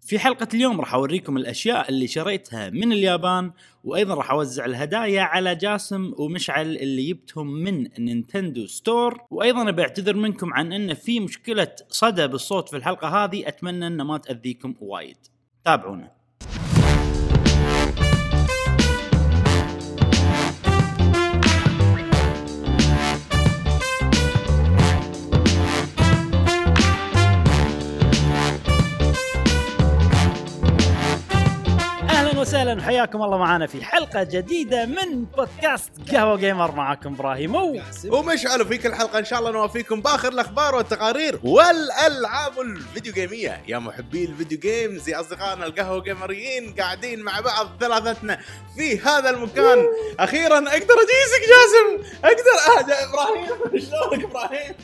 في حلقة اليوم راح أوريكم الأشياء اللي شريتها من اليابان وأيضا راح أوزع الهدايا على جاسم ومشعل اللي جبتهم من نينتندو ستور وأيضا بعتذر منكم عن أن في مشكلة صدى بالصوت في الحلقة هذه أتمنى أن ما تأذيكم وايد تابعونا اهلا وسهلا وحياكم الله معنا في حلقه جديده من بودكاست قهوه جيمر معاكم ابراهيم و- ومشعل في كل حلقه ان شاء الله نوافيكم باخر الاخبار والتقارير والالعاب الفيديو جيميه يا محبي الفيديو جيمز يا اصدقائنا القهوه جيمريين قاعدين مع بعض ثلاثتنا في هذا المكان اخيرا اقدر اجيسك جاسم اقدر أهدأ ابراهيم شلونك ابراهيم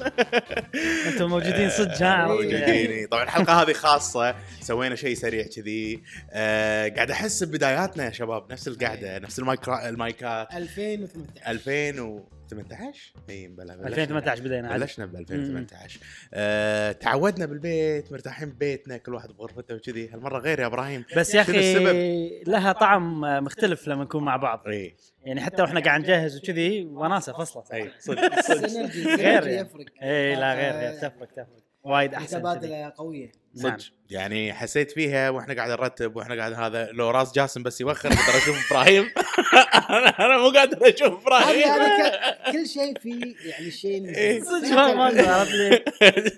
انتم موجودين صدق ها موجودين إي. طبعا الحلقه هذه خاصه سوينا شيء سريع كذي آه، قاعد احس ببداياتنا يا شباب نفس إيه. القعده نفس المايك المايكات 2018 2018 اي إيه، بلا بلشنا. 2018 بدينا عاد. بلشنا ب 2018 آه، تعودنا بالبيت مرتاحين ببيتنا كل واحد بغرفته وكذي هالمره غير يا ابراهيم بس يا شنو اخي السبب؟ إيه، لها طعم مختلف لما نكون مع بعض اي يعني حتى واحنا قاعد نجهز وكذي وناسه فصلة اي صدق صدق سينرجي غير غير يعني. يفرق آه، اي لا غير غير تفرق تفرق وايد احسن كذي. تبادله قويه نعم. صدق يعني حسيت فيها واحنا قاعد نرتب واحنا قاعد هذا لو راس جاسم بس يوخر اقدر اشوف ابراهيم أنا- انا مو قادر اشوف هذه ابراهيم هذه يعني ك- كل شيء فيه يعني شيء إيه. صدق ما ما أقدر، عرفت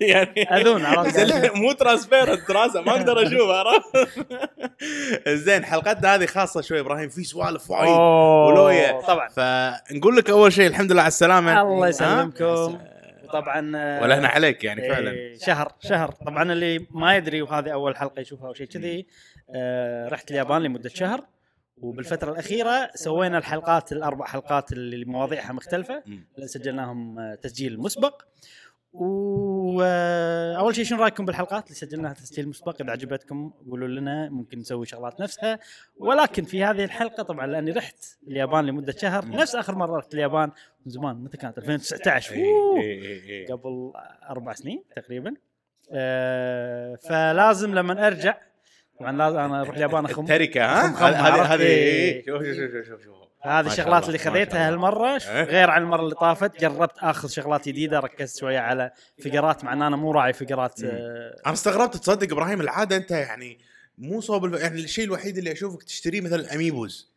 لي يعني اذون عرفت زين، مو ترانسبيرنت دراسه ما اقدر اشوفها عرفت زين حلقتنا هذه خاصه شوي ابراهيم في سوالف وايد أوه، ولويا طبعا فنقول لك اول شيء الحمد لله على السلامه الله ها؟ يسلمكم طبعا آه، ولا هنا عليك يعني إيه، فعلا شهر شهر طبعا اللي ما يدري وهذه اول حلقه يشوفها او شيء كذي آه، رحت اليابان لمده شهر وبالفتره الاخيره سوينا الحلقات الاربع حلقات اللي مواضيعها مختلفه مم. اللي سجلناهم آه، تسجيل مسبق واول شيء شنو رايكم بالحلقات اللي سجلناها تسجيل مسبق اذا عجبتكم قولوا لنا ممكن نسوي شغلات نفسها ولكن في هذه الحلقه طبعا لاني رحت اليابان لمده شهر مم. نفس اخر مره رحت اليابان من زمان متى كانت 2019 إيه، أوه. إيه، إيه، إيه. قبل اربع سنين تقريبا آه، فلازم لما ارجع طبعا لازم انا اروح اليابان اخم التركه ها خم- خم، هذه- هذه عرفت؟ هذه إيه. إيه، شوف شوف شوف شوف شوف هذه ما شاء الشغلات الله، اللي ما شاء خذيتها الله. هالمره ش- إيه. غير عن المره اللي طافت جربت اخذ شغلات جديده ركزت شويه على فقرات مع ان انا مو راعي فقرات مم. آه، انا إيه. استغربت تصدق ابراهيم العاده انت يعني مو صوب الب... يعني الشيء الوحيد اللي اشوفك تشتريه مثلا اميبوز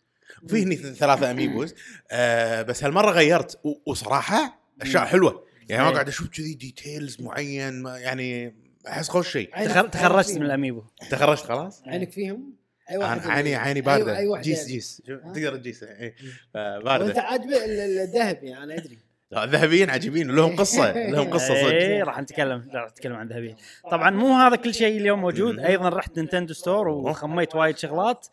في هني ث- ثلاثه اميبوز آه بس هالمره غيرت و... وصراحه اشياء حلوه يعني ما إيه. قاعد اشوف كذي ديتيلز معين ما يعني احس خوش شيء عينك- تخر- عينك تخرجت فيهم. من الاميبو تخرجت خلاص عينك فيهم اي انا واحد أيوة، عيني عيني بارده أي- أي واحدة. جيس جيس شوف، ها؟ تقدر تجيسه إيه. آه، اي وانت بارده عاجبه ال- ال- الذهب يعني انا ادري إيه. لا، ذهبيين عجيبين لهم قصه لهم قصه صدق اي إيه، راح نتكلم راح نتكلم عن ذهبيه طبعا مو هذا كل شيء اليوم موجود مم. ايضا رحت نينتندو ستور وخميت وايد شغلات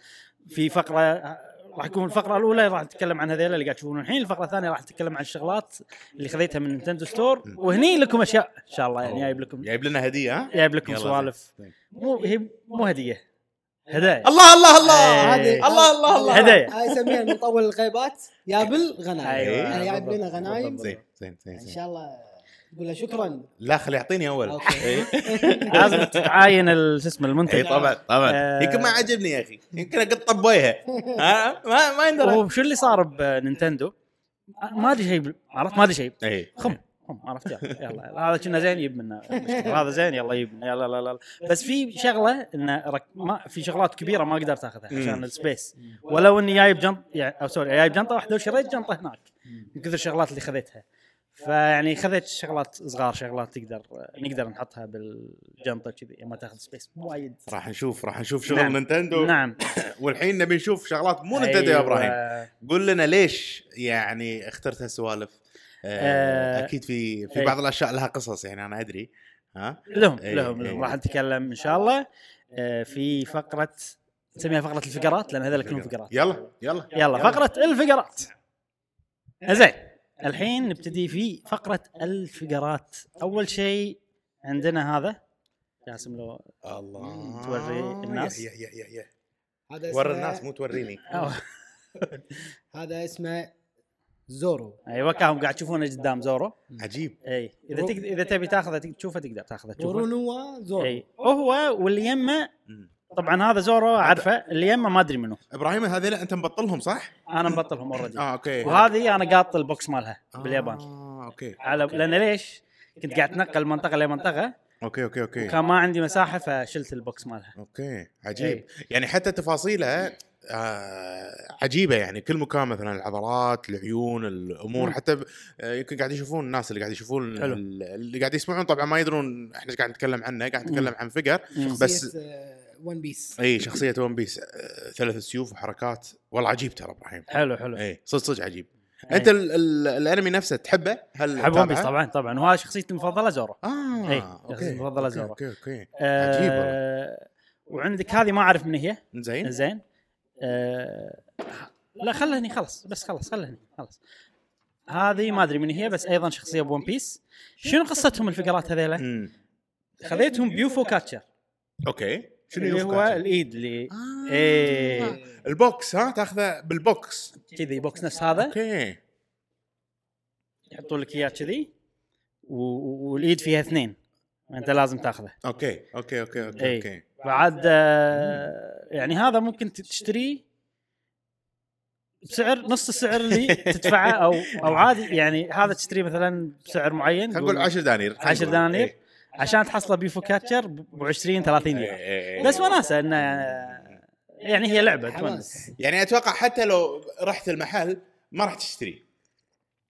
في فقره راح يكون الفقره الاولى راح نتكلم عن هذيلا اللي قاعد تشوفون الحين الفقره الثانيه راح نتكلم عن الشغلات اللي خذيتها من نينتندو ستور مم. وهني لكم اشياء ان شاء الله يعني جايب لكم جايب لنا هديه ها جايب لكم يلا سوالف زين. مو هي مو هديه هدايا الله الله الله إيه. آه، هذه- الله الله الله. هدايا. هاي يسميها المطول الغيبات يابل غنايم أيوة. انا جايب بالضبط، لنا غنايم بالضبط. زين زين زين ان زين. طيب. شاء الله تقول له شكرا لا خلي يعطيني إيه، اول اوكي لازم تتعاين ال- شو اسمه اي المنتج طبعا آه. طبعا إيه، يمكن ما عجبني يا اخي يمكن اقط طبويها ها؟ ما ما يندرى وشو اللي صار بنينتندو ما ادري شيء بال- عرفت ما ادري شيء اي خم إيه، خم عرفت يلا, يلا هذا كنا زين يجيب منا مشكلة. هذا زين يلا يجيب منا يلا لا لا لا. بس في شغله انه رك... ما في شغلات كبيره ما قدرت اخذها عشان مم. السبيس ولو اني جايب جنط يعني او سوري جايب جنطه واحده وشريت جنطه هناك من كثر الشغلات اللي خذيتها فيعني خذيت شغلات صغار شغلات تقدر نقدر نحطها بالجنطه كذي ما تاخذ سبيس مو وايد راح نشوف راح نشوف شغل نعم. نينتندو نعم والحين نبي نشوف شغلات مو نينتندو يا أيوة. ابراهيم قول لنا ليش يعني اخترت هالسوالف آه. آه، اكيد في في إيه. بعض الاشياء لها قصص يعني انا ادري ها لهم أي- لهم أي. لهم راح نتكلم ان شاء الله آه، في فقره نسميها فقره الفقرات لان هذول كلهم فقرات يلا يلا يلا فقرة الفقرات زين الحين نبتدي في فقرة الفقرات أول شيء عندنا هذا جاسم لو الله توري الناس. يا يا يا يا هذا وري اسمه- الناس مو توريني أو. هذا اسمه زورو أيوة، ايوه كانوا قاعد تشوفونه قدام زورو عجيب إيه، اي اذا تقدر اذا تبي تاخذه تق- تشوفه تقدر تاخذه تشوفه إيه، ورونوا زورو اي وهو واللي يمه مم. طبعا هذا زورو عارفه اللي يمه ما ادري منو ابراهيم هذول انت مبطلهم صح؟ انا مبطلهم اوريدي اه اوكي وهذه انا قاط البوكس مالها نعم. باليابان اه اوكي على لان ليش؟ كنت قاعد اتنقل منطقه لمنطقه اوكي اوكي اوكي وكان إيه. ما عندي مساحه فشلت البوكس مالها اوكي عجيب يعني حتى تفاصيلها آه عجيبه يعني كل مكان مثلا العضلات العيون الامور مم. حتى ب- آه، يمكن قاعد يشوفون الناس اللي قاعد يشوفون حلو. ال- اللي قاعد يسمعون طبعا ما يدرون احنا ايش قاعد نتكلم عنه قاعد نتكلم عن فيجر بس- ون بيس اي شخصيه ون بيس آه، ثلاث سيوف وحركات والله عجيب ترى ابراهيم حلو حلو اي إيه، صدق صدق عجيب أي. انت ال- ال- الانمي نفسه تحبه هل حب ون بيس تتابعه؟ طبعا طبعا وهذا شخصيتي المفضله زورو اه إي، اوكي شخصيتي المفضلة اوكي زورو. اوكي اوكي آه، عجيب وعندك هذه ما اعرف من هي زين زين آه، لا خلهني خلص بس خلص خلهني خلص هذه ما ادري من هي بس ايضا شخصيه بون بيس شنو قصتهم الفقرات هذيلا؟ مم. خذيتهم بيوفو كاتشر اوكي شنو اللي هو يوفقك؟ الايد اللي آه. ايه البوكس ها تاخذه بالبوكس كذي بوكس نفس هذا اوكي يحطوا لك اياه كذي و- والايد فيها اثنين انت لازم تاخذه اوكي اوكي اوكي اوكي إي. اوكي بعد آه، يعني هذا ممكن تشتريه بسعر نص السعر اللي تدفعه او او عادي يعني هذا تشتريه مثلا بسعر معين خلينا نقول 10 دنانير خلينا 10 نقول. إيه، دنانير إي. عشان تحصله بيفو كاتشر ب 20 30 إي، دينار إي، إي. بس وناسه انه آه، يعني هي لعبه تونس حماس يعني اتوقع حتى لو رحت المحل ما راح تشتري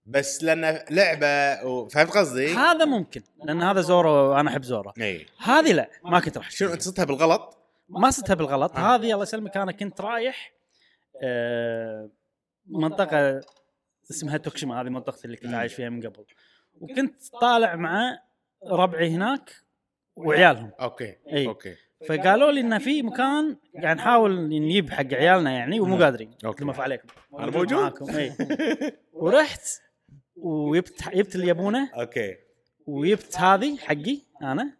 بس لانه لعبه و- فهمت قصدي؟ هذا ممكن لان هذا زورو انا احب زورو اي هذه لا ما كنت راح شنو أشتريها. انت صدتها بالغلط؟ ما صدتها بالغلط آه. هذه الله يسلمك انا كنت رايح آه، منطقه اسمها توكشما هذه منطقتي اللي كنت مم. عايش فيها من قبل وكنت طالع مع ربعي هناك وعيالهم اوكي إي. اوكي فقالوا لي انه في مكان قاعد نحاول نجيب حق عيالنا يعني ومو مم. قادرين أوكي. لما عليكم أنا موجود. معاكم اي ورحت وجبت جبت اللي يبونه اوكي وجبت هذه حقي انا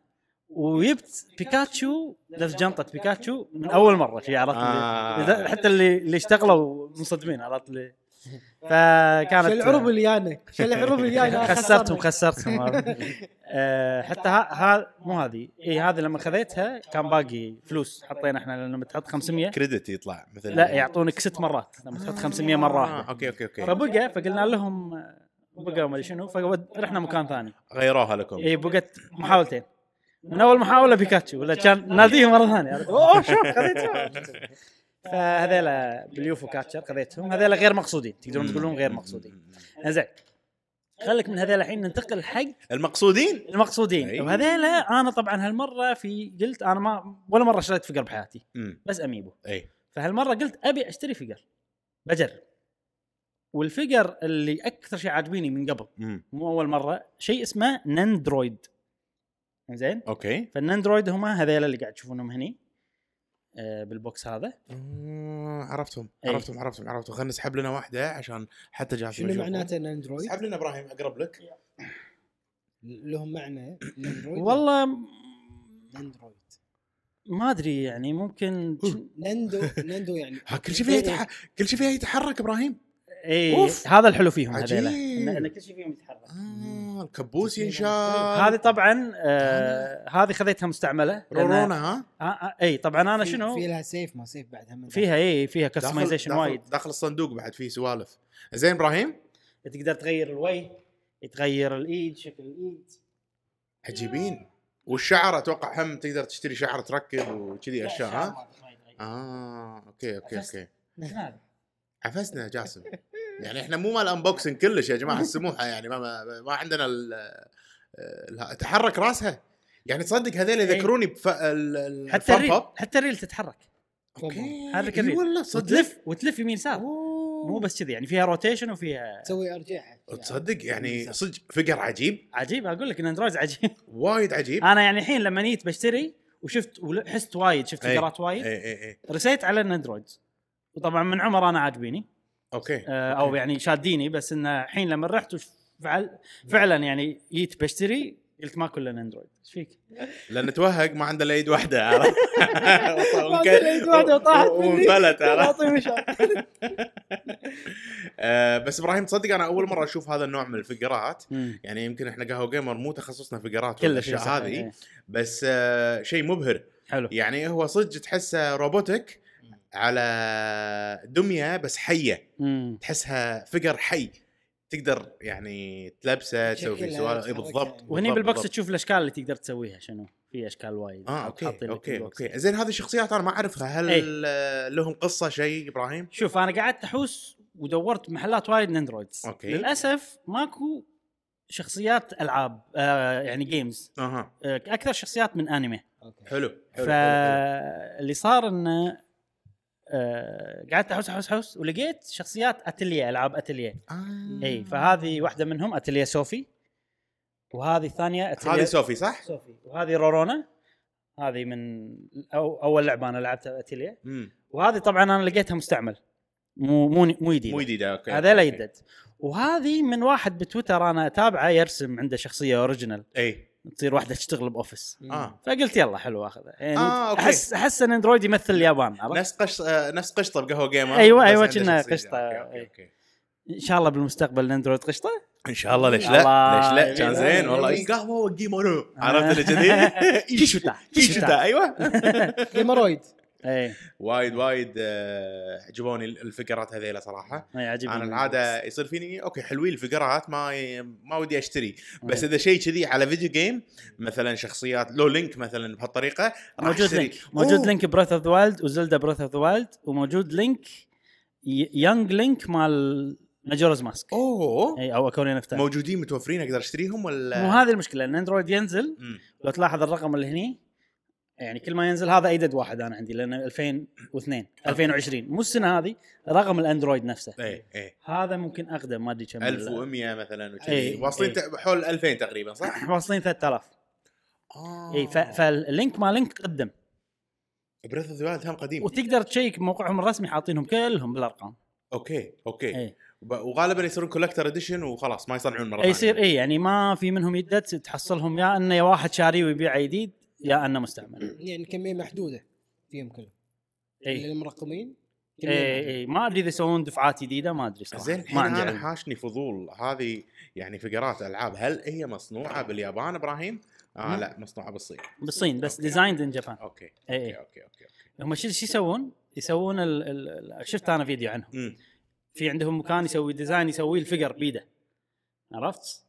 وجبت بيكاتشو نفس جنطه بيكاتشو من اول مره شي عرفت آه. اللي- إذا- حتى اللي اللي اشتغلوا منصدمين عرفت اللي فكانت شو العرب اللي جانا شو العرب اللي جانا خسرتهم خسرتهم عرفت؟ آه، حتى ها, ها مو هذه اي هذه لما خذيتها كان باقي فلوس حطينا احنا لما تحط 500 كريدت يطلع مثل لا يعطونك ست مرات لما تحط 500 مره آه، واحده اوكي اوكي اوكي فبقى فقلنا لهم آه، بقى ما ادري شنو فرحنا مكان ثاني غيروها لكم اي إيه، بقت محاولتين من اول محاوله بيكاتشو ولا كان ناديه مره ثانيه عرفت؟ اوه شوف خذيت فهذيلا باليوفو كاتشر خذيتهم هذيلا غير مقصودين تقدرون تقولون غير مقصودين زين خليك من هذيلا الحين ننتقل حق المقصودين أي. المقصودين وهذيلا انا طبعا هالمره في قلت انا ما ولا مره شريت فقر بحياتي مم. إيه. بس اميبو اي فهالمره قلت ابي اشتري فقر بجرب والفقر اللي اكثر شيء عاجبيني من قبل مم. مو اول مره شيء اسمه نندرويد زين اوكي فالنندرويد هم هذيلا اللي قاعد تشوفونهم هني آه، بالبوكس هذا آه، عرفتهم أي. عرفتهم عرفتهم عرفتهم خلينا نسحب لنا واحده عشان حتى جاسم شنو يشوف. معناته ان اندرويد؟ اسحب لنا ابراهيم اقرب لك لهم معنى الاندرويد والله م- اندرويد ما ادري يعني ممكن نندو نندو يعني ها كل شيء فيها إيه، يتح... كل شيء فيها يتحرك ابراهيم اي أوف. إيه، هذا الحلو فيهم عجيب. هذيلا إن- إن كل شيء فيهم يتحرك آه الكبوس جميل. ينشال هذه طبعا آه هذه خذيتها مستعمله لأن- رورونا ها آه آه اي طبعا انا في- في شنو لها سيف ما سيف بعد هم فيها اي فيها داخل- كستمايزيشن داخل- وايد داخل الصندوق بعد فيه سوالف زين ابراهيم تقدر تغير الوجه تغير الايد شكل الايد عجيبين والشعر اتوقع هم تقدر تشتري شعر تركب وكذي اشياء ها اه اوكي اوكي اوكي عفسنا جاسم يعني احنا مو مال انبوكسنج كلش يا جماعه السموحه يعني ما ما, ما عندنا ال ال- تحرك راسها يعني تصدق هذول يذكروني بف... ال... ال- إيه. حتى الفان الريل باب. حتى الريل تتحرك اوكي حرك إي الريل. والله تصدق وتلف وتلف يمين يسار مو مو بس كذي يعني فيها روتيشن وفيها تسوي ارجعها تصدق يعني صدق فقر عجيب عجيب اقول لك ان اندرويد عجيب وايد عجيب انا يعني الحين لما جيت بشتري وشفت وحست وايد شفت إي. فقرات وايد اي اي اي رسيت على الاندرويد وطبعا من عمر انا عاجبيني اوكي آه، او يعني شاديني بس انه الحين لما رحت وفعل فعلا يعني جيت بشتري قلت ما كلنا اندرويد ايش فيك؟ لان توهق ما عنده الا يد واحده عرفت؟ عنده يد واحدة وطاحت مني. وانفلت عرفت؟ اعطيه مشاعر آه، بس ابراهيم تصدق انا اول مره اشوف هذا النوع من الفقرات يعني يمكن احنا قهوه جيمر مو تخصصنا فقرات كلش والاشياء صح، هذه إيه. بس آه، شيء مبهر حلو يعني هو صدق تحسه روبوتك على دميه بس حيه مم. تحسها فقر حي تقدر يعني تلبسه تسوي فيه شكلها سوالف إي تتحرك بالضبط يعني. وهني بالضبط، بالبوكس بالضبط. تشوف الاشكال اللي تقدر تسويها شنو في اشكال وايد اه حاط- حاطين اوكي لك اوكي بالبوكس. اوكي زين هذه الشخصيات انا ما اعرفها هل إيه. لهم قصه شيء ابراهيم؟ شوف انا قعدت احوس ودورت محلات وايد اندرويدز أوكي. للاسف ماكو شخصيات العاب آه يعني جيمز اها آه اكثر شخصيات من انمي اوكي حلو حلو, حلو. فاللي صار انه آه قعدت احوس احوس احوس ولقيت شخصيات اتليه العاب اتليه آه. اي فهذه واحده منهم اتليه سوفي وهذه الثانيه هذه اتليه سوفي صح؟ سوفي وهذه رورونا هذه من أو اول لعبه انا لعبتها اتليه مم. وهذه طبعا انا لقيتها مستعمل مو مو مو جديد مو جديده اوكي هذا لا أوكي. يدد وهذه من واحد بتويتر انا اتابعه يرسم عنده شخصيه اوريجينال اي تصير واحده تشتغل باوفيس اه فقلت يلا حلو اخذه يعني آه، أوكي. احس احس ان اندرويد يمثل اليابان عرفت؟ نفس قش آه، نفس قشطه بقهوه جيمر أيوة، بس أيوة، عنده كنا شخصية. قشطة، أوكي، أوكي، أي. أوكي. ان شاء الله بالمستقبل الاندرويد قشطه ان شاء الله ليش الله لا ليش لا كان يبينا. زين والله يبينا. قهوه وجيمونو عرفت اللي كذي كيشوتا كيشوتا ايوه جيمرويد اي وايد وايد آه، عجبوني الفقرات هذيلا صراحه اي عجيب انا العاده يصير فيني اوكي حلوين الفقرات ما ما ودي اشتري بس اذا شيء كذي على فيديو جيم مثلا شخصيات لو لينك مثلا بهالطريقه راح موجود أشتري. لينك موجود أوه، لينك براث اوف ذا وايلد وزلدا براث اوف ذا وايلد وموجود لينك ي- يونج لينك مال إيه، ماجورز ماسك اوه اي او اكورين اوف تايم موجودين متوفرين اقدر اشتريهم مو ولا هذه المشكله ان اندرويد ينزل مم. لو تلاحظ الرقم اللي هني يعني كل ما ينزل هذا ايدد واحد انا عندي لان 2002 2020 مو السنه هذه رقم الاندرويد نفسه اي اي هذا ممكن اقدم ما ادري كم 1100 مثلا وكذي إيه، واصلين إيه. تق- حول 2000 تقريبا صح؟ واصلين 3000 آه. اي ف- فاللينك ما لينك قدم بريث اوف ذا هم قديم وتقدر تشيك موقعهم الرسمي حاطينهم كلهم بالارقام اوكي اوكي اي وب- وغالبا يصيرون كولكتر اديشن وخلاص ما يصنعون مره أي يصير اي يعني ما في منهم يدد تحصلهم يا انه يا واحد شاريه ويبيعه جديد يا انه مستعمل يعني كميه محدوده فيهم كلهم اي للمرقمين كمية اي محدودة. اي ما ادري اذا يسوون دفعات جديده ما ادري صراحه زين ما الحين عندي انا علم. حاشني فضول هذه يعني فقرات العاب هل هي مصنوعه باليابان ابراهيم؟ اه مم. لا مصنوعه بالصين بالصين بس أوكي. ديزايند ان جابان اوكي إيه. اوكي اوكي اوكي هم شو شو يسوون؟ يسوون ال ال ال- شفت انا فيديو عنهم مم. في عندهم مكان يسوي ديزاين يسوي الفقر بيده عرفت؟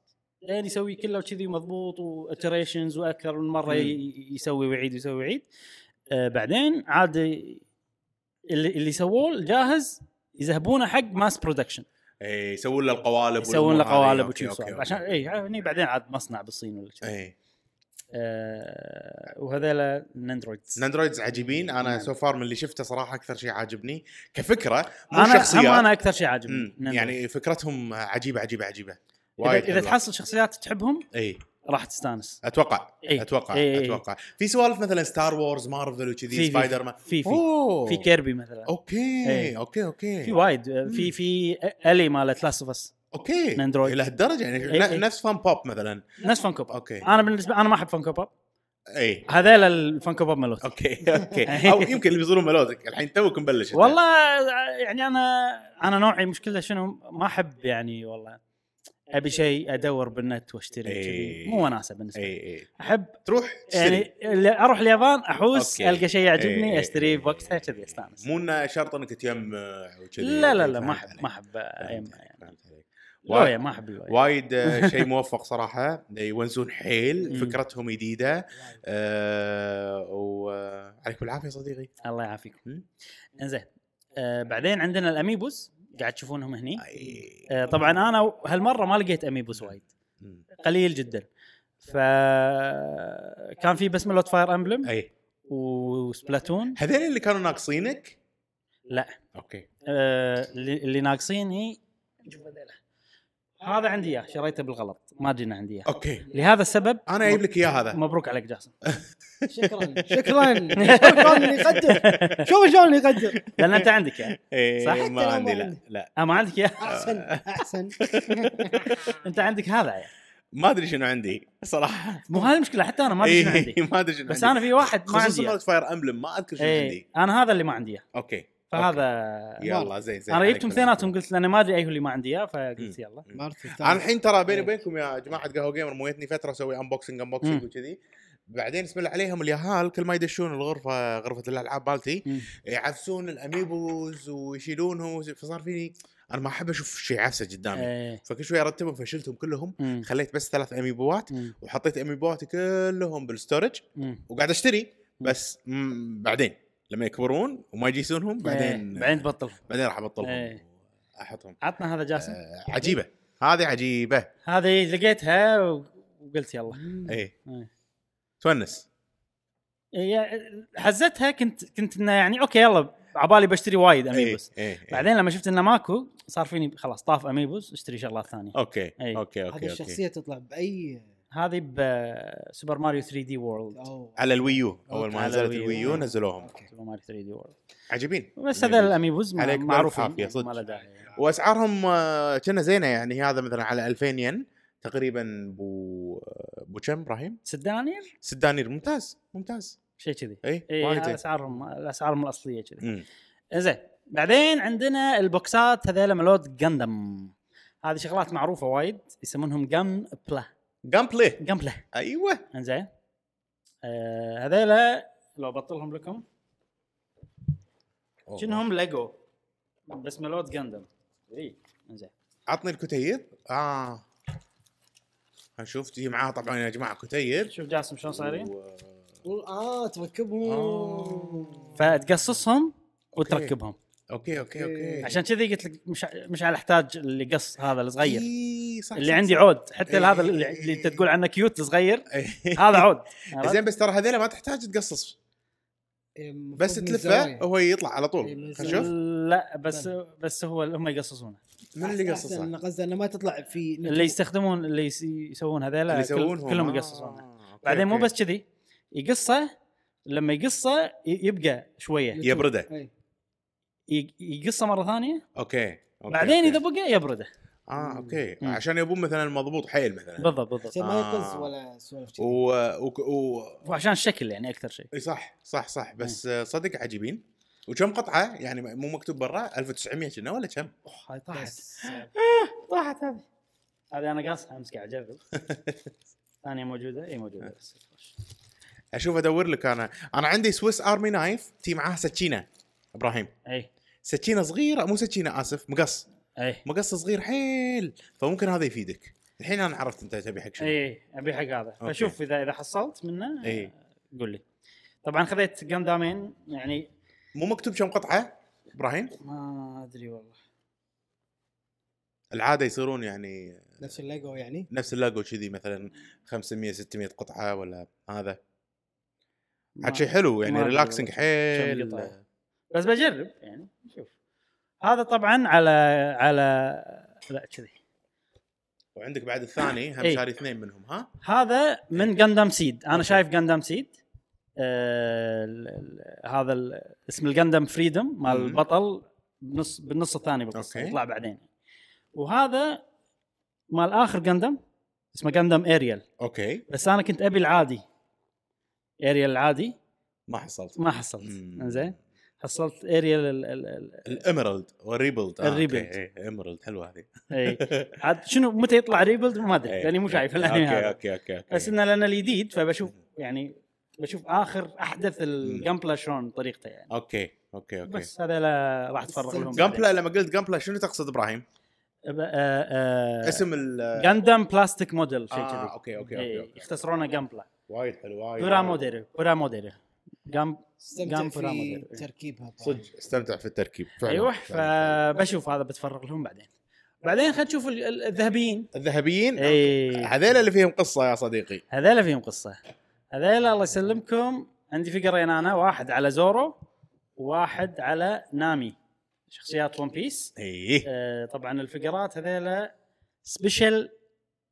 لين يسوي كله وكذي مضبوط واتريشنز واكثر من مره مم. ي- يسوي ويعيد يسوي ويعيد آه بعدين عاد ي- اللي اللي سووه الجاهز يذهبونه حق ماس برودكشن اي إيه، يسوون له القوالب يسوون له والأمور هذه. قوالب أوكي، وكذي أوكي، سوالف. أوكي. إيه. عشان اي هني بعدين عاد مصنع بالصين ولا كذي اي آه وهذول الاندرويدز الاندرويدز عجيبين انا نعم. سو فار من اللي شفته صراحه اكثر شيء عاجبني كفكره مو انا هم شخصيات انا اكثر شيء عاجبني مم. الأندرويد. يعني فكرتهم عجيبه عجيبه عجيبه اذا, وايد إذا حلوة. إيه، تحصل شخصيات تحبهم اي راح تستانس إيه. اتوقع إي. اتوقع إي. اتوقع في سوالف مثلا ستار وورز مارفل في- وكذي في- سبايدر مان في في أوه. في كيربي مثلا اوكي إي. اوكي اوكي في وايد في في الي مالت لاست اوف اس اوكي من إيه، أندرويد. الى هالدرجه يعني إي، ن- إي. نفس فان بوب مثلا ناس فانكو باب اوكي انا بالنسبه انا ما احب فانكو باب اي هذيل الفانكو باب مالوت اوكي اوكي او يمكن اللي بيصيرون ملوتك الحين توك مبلش أنت. والله يعني انا انا نوعي مشكله شنو ما احب يعني والله ابي شيء ادور بالنت واشتري إي. كذي. مو وناسه بالنسبه لي اي اي احب إيه. تروح تشتري يعني اللي اروح اليابان احوس أوكي. القى شيء يعجبني إي. اشتريه بوقتها كذي استانس إيه، مو انه شرط انك تجمع وكذي لا لا لا فهمت ما احب عليك. فهمت ما احب أيما يعني. عليك، فهمت عليك. لويا ما احب اللويا وايد آه، شيء موفق صراحه يونسون حيل مم. فكرتهم جديده آه، وعليكم العافيه صديقي الله يعافيكم مم. انزين آه بعدين عندنا الاميبوس قاعد تشوفونهم هني أي. آه طبعا انا هالمره ما لقيت اميبوس وايد مم. قليل جدا ف كان في بس ملوت فاير امبلم اي وسبلاتون هذين اللي كانوا ناقصينك لا اوكي آه اللي اللي ناقصين هي هذا عندي اياه شريته بالغلط ما ادري إنه عندي اياه اوكي لهذا السبب انا جايب لك اياه هذا مبروك عليك جاسم شكرا شكرا شلون اللي يقدر شوف شلون اللي يقدر لان انت عندك يعني إيه، صح؟ ما حتى لو عندي ما لا عندي. لا آه ما عندك اياه احسن آه. احسن انت عندك هذا يعني ما ادري شنو عندي صراحه مو هذه المشكله حتى انا ما ادري شنو إيه، عندي ما ادري شنو بس عندي. انا في واحد ما خصوصا عندي إياه. مالت فاير امبلم ما اذكر شنو ايه عندي انا هذا اللي ما عندي اياه اوكي أوكي. فهذا يلا زين زين انا عليك جبتهم بالعافية. اثنيناتهم قلت لان ما ادري اي هو اللي ما عندي اياه فقلت مم. يلا طيب. مارت الثاني. انا الحين ترى بيني إيه. وبينكم يا جماعه قهوه جيمر مويتني فتره اسوي انبوكسنج انبوكسنج مم. وكذي بعدين اسم الله عليهم اليهال كل ما يدشون الغرفه غرفه الالعاب مالتي مم. يعفسون الاميبوز ويشيلونهم فصار فيني انا ما احب اشوف شيء عفسه قدامي إيه. فكل شوي ارتبهم فشلتهم كلهم مم. خليت بس ثلاث اميبوات مم. وحطيت اميبواتي كلهم بالستورج مم. وقاعد اشتري بس مم، بعدين لما يكبرون وما يجيسونهم بعدين إيه. بعدين تبطل بعدين راح ابطلهم إيه. احطهم عطنا هذا جاسم آه، عجيبه هذه عجيبه هذه لقيتها و- وقلت يلا ايه إيه. تونس هي حزتها كنت كنت انه يعني اوكي يلا عبالي بشتري وايد اميبوس إيه، إيه، إيه. بعدين لما شفت انه ماكو صار فيني خلاص طاف اميبوس اشتري شغلات ثانيه اوكي إيه. اوكي اوكي هذه اوكي الشخصيه تطلع باي هذه بسوبر ماريو 3 دي وورلد أو- على الويو اول ما على نزلت الويو. الويو نزلوهم أوكي. سوبر ماريو 3 دي وورلد عجيبين بس هذا الاميبوز ما- عليك معروفين يعني بالعافية، صدق. ما له داعي واسعارهم آه، كنا زينه يعني هذا مثلا على 2000 ين تقريبا بو بو كم ابراهيم؟ ست دنانير ست دنانير ممتاز ممتاز شيء كذي اي اي وايد إيه. هذا زين. اسعارهم اسعارهم الاصليه كذي مم. زين بعدين عندنا البوكسات هذول ملود جندم هذه شغلات معروفه وايد يسمونهم جن بلا جام بلاي جن بلا ايوه انزين آه هذيلا لو بطلهم لكم شنهم ليجو بس ملود جندم اي انزين عطني الكتيب اه هنشوف تجي معاه طبعا يا جماعه كتيب شوف جاسم شلون صايرين اه تركبهم آه. فتقصصهم وتركبهم اوكي اوكي اوكي عشان كذي قلت لك مش مش على احتاج اللي قص هذا الصغير إيه، صح، اللي صح، عندي صح. عود حتى إيه. هذا اللي اللي انت تقول عنه كيوت صغير إيه. هذا عود زين بس ترى هذيلا ما تحتاج تقصص إيه، المفروض بس من تلفه الزوايا. هو يطلع على إيه، طول من خلينا نشوف لا بس بس هو اللي هم يقصصونه من اللي أحسن- قصصها أنا قصدي انه ما تطلع في اللي يستخدمون اللي يس- يسوون هذول اللي يسوونهم كلهم آه، يقصصونه أوكي، بعدين مو أوكي. بس كذي يقصه لما يقصه ي- يبقى شويه يبرده إي. ي- يقصه مره ثانيه اوكي أوكي، بعدين أوكي. اذا بقى يبرده اه اوكي مم. عشان يبون مثلا مضبوط حيل مثلا بالضبط بالضبط عشان ما آه. يقز ولا سوالف كذي. و... و... و... وعشان الشكل يعني اكثر شيء إي صح صح صح بس آه، صدق عجيبين وكم قطعه يعني مو مكتوب برا 1900 كنا ولا كم؟ أوه، هاي طاحت بس آه، طاحت هذه هذه انا قاصها امسك قاعد اجرب ثانيه موجوده اي موجوده آه. بس اشوف ادور لك انا انا عندي سويس ارمي نايف تي معاها سكينه ابراهيم اي سكينه صغيره مو سكينه اسف مقص اي مقص صغير حيل فممكن هذا يفيدك الحين انا عرفت انت تبي حق شنو اي ابي حق هذا أوكي. فشوف اذا اذا حصلت منه إي. قول لي طبعا خذيت قندامين يعني مو مكتوب كم قطعه ابراهيم ما ادري والله العاده يصيرون يعني نفس الليجو يعني نفس اللاجو كذي مثلا 500 600 قطعه ولا هذا ما- عاد شيء حلو يعني ما أدري ريلاكسنج كم حيل قطعة. بس بجرب يعني شوف هذا طبعا على على لا كذي وعندك بعد الثاني هم إي. شاري اثنين منهم ها هذا من يعني جندام سيد انا شايف جندام سيد آه ال- ال- هذا ال- اسم الجندام فريدم مال مم. البطل بنص بالنص الثاني بالقصه أوكي. يطلع بعدين وهذا مال اخر جندام اسمه جندام اريال اوكي بس انا كنت ابي العادي اريال العادي ما حصلت ما حصلت مم. زين حصلت اريال ال- ال- ال- الاميرالد والريبلد الريبلد. اميرالد حلوه هذه إيه. اي إيه. عاد شنو متى يطلع ريبلد ما ادري إي. لاني يعني مو شايف الانمي اوكي هذا اوكي اوكي اوكي بس انه لان الجديد فبشوف يعني بشوف اخر احدث الجامبلا شلون طريقته يعني اوكي اوكي اوكي بس هذا لا راح اتفرغ لهم جامبلا لما قلت جامبلا شنو تقصد ابراهيم؟ اسم اسم ال جاندام بلاستيك موديل آه. شيء آه، كذي إيه. اوكي اوكي إي، اوكي اوكي يختصرونه جامبلا وايد حلو وايد برا وايد. موديل برا موديل جام استمتع قام فرامل. يعني. في تركيبها صدق استمتع في التركيب فعلا أيوه، ايوه فعلاً. فبشوف هذا بتفرغ لهم بعدين بعدين خلينا نشوف ال- ال- الذهبيين إيه. الذهبيين إيه. اي هذيلا اللي فيهم قصه يا صديقي هذيلا فيهم قصه هذيلا الله يسلمكم عندي فقرين انا واحد على زورو وواحد على نامي شخصيات ون بيس ايه آه، طبعا الفقرات هذيلا سبيشل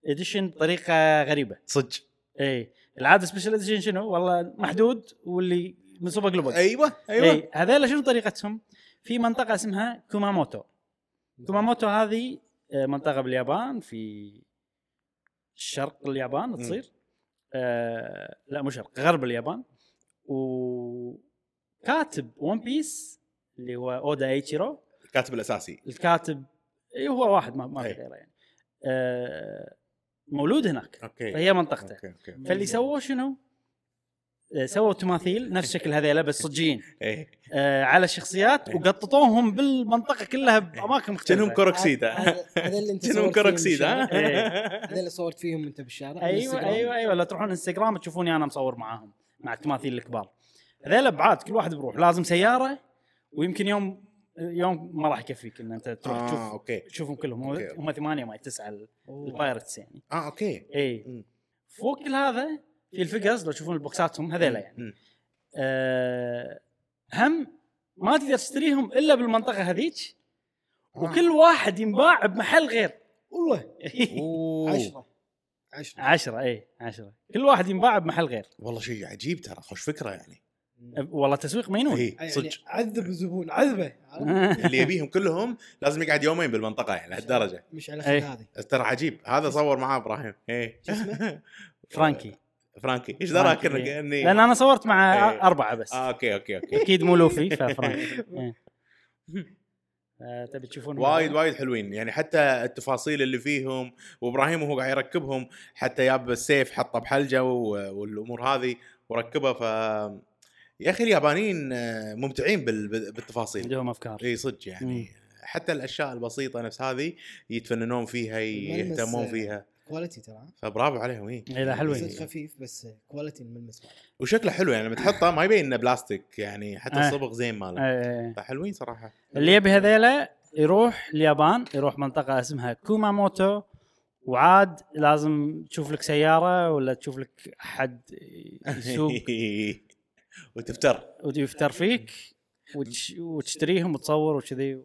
اديشن بطريقه غريبه صدق اي العاده سبيشل اديشن شنو والله محدود واللي من صبق لبق ايوه إيه. ايوه اي إيه، هذيلا شنو طريقتهم في منطقه اسمها كوماموتو كوماموتو هذه آه، منطقه باليابان في شرق اليابان تصير آه لا مو شرق غرب اليابان وكاتب ون بيس اللي هو اودا ايتشيرو الكاتب الاساسي الكاتب إي هو واحد ما, ما في أي. غيره يعني آه مولود هناك اوكي إيه. فهي منطقته أيوه. اوكي اوكي فاللي سووه شنو؟ آه، سووا تماثيل نفس شكل هذيلا بس صجيين إيه. آه، على الشخصيات وقططوهم بالمنطقه كلها باماكن كأنهم إيه. مختلفه كروكسيدا هذا هذا اللي انت كأنهم صورت فيهم كروكسيدا بالشارع. ها؟ إيه. هذا اللي صورت فيهم انت بالشارع ايوه بالإنستغرام. ايوه ايوه لا تروحون انستغرام تشوفوني انا مصور معاهم مع التماثيل الكبار هذيل ابعاد كل واحد بروح لازم سياره ويمكن يوم يوم ما راح يكفيك ان انت تروح آه، تشوف أوكي. تشوفهم كلهم أوكي، أوكي. هم ثمانيه ما تسعه ال- البايرتس يعني اه اوكي اي مم. فوق كل هذا في الفيجرز لو تشوفون البوكساتهم هذيلا يعني مم. آه هم ما تقدر تشتريهم الا بالمنطقه هذيك آه. وكل واحد ينباع بمحل غير والله أوه. 10 10 عشرة اي عشرة كل واحد ينباع بمحل غير والله شيء عجيب ترى خوش فكره يعني والله تسويق مجنون اي يعني صدق عذب الزبون عذبه عرفت؟ اللي يبيهم كلهم لازم يقعد يومين بالمنطقه يعني لهالدرجه مش على إيه. خير هذه ترى عجيب هذا صور معاه ابراهيم ايه شو اسمه؟ فرانكي فرانكي ايش فرانكي، دراك انك إيه. اني لان انا صورت مع إيه. اربعه بس اه اوكي اوكي اوكي اكيد مو لوفي ففرانكي إيه. آه، تبي تشوفون وايد وايد حلوين يعني حتى التفاصيل اللي فيهم وابراهيم وهو قاعد يركبهم حتى جاب السيف حطه بحلجه و- والامور هذه وركبها ف يا اخي اليابانيين آه، ممتعين بال- بال- بالتفاصيل عندهم افكار اي صدق يعني حتى الاشياء البسيطه نفس هذه يتفننون فيها الملمس، يهتمون آه، فيها كواليتي ترى فبرافو عليهم اي إيه، لا حلوين زيت خفيف بس كواليتي الملمس ماله. وشكله حلو يعني لما تحطه ما يبين انه بلاستيك يعني حتى آه. الصبغ زين ماله إيه. فحلوين صراحه اللي يبي هذيلا يروح اليابان يروح منطقة اسمها كوماموتو وعاد لازم تشوف لك سيارة ولا تشوف لك حد يسوق وتفتر يعني ويفتر فيك وتش... وتشتريهم وتصور وكذي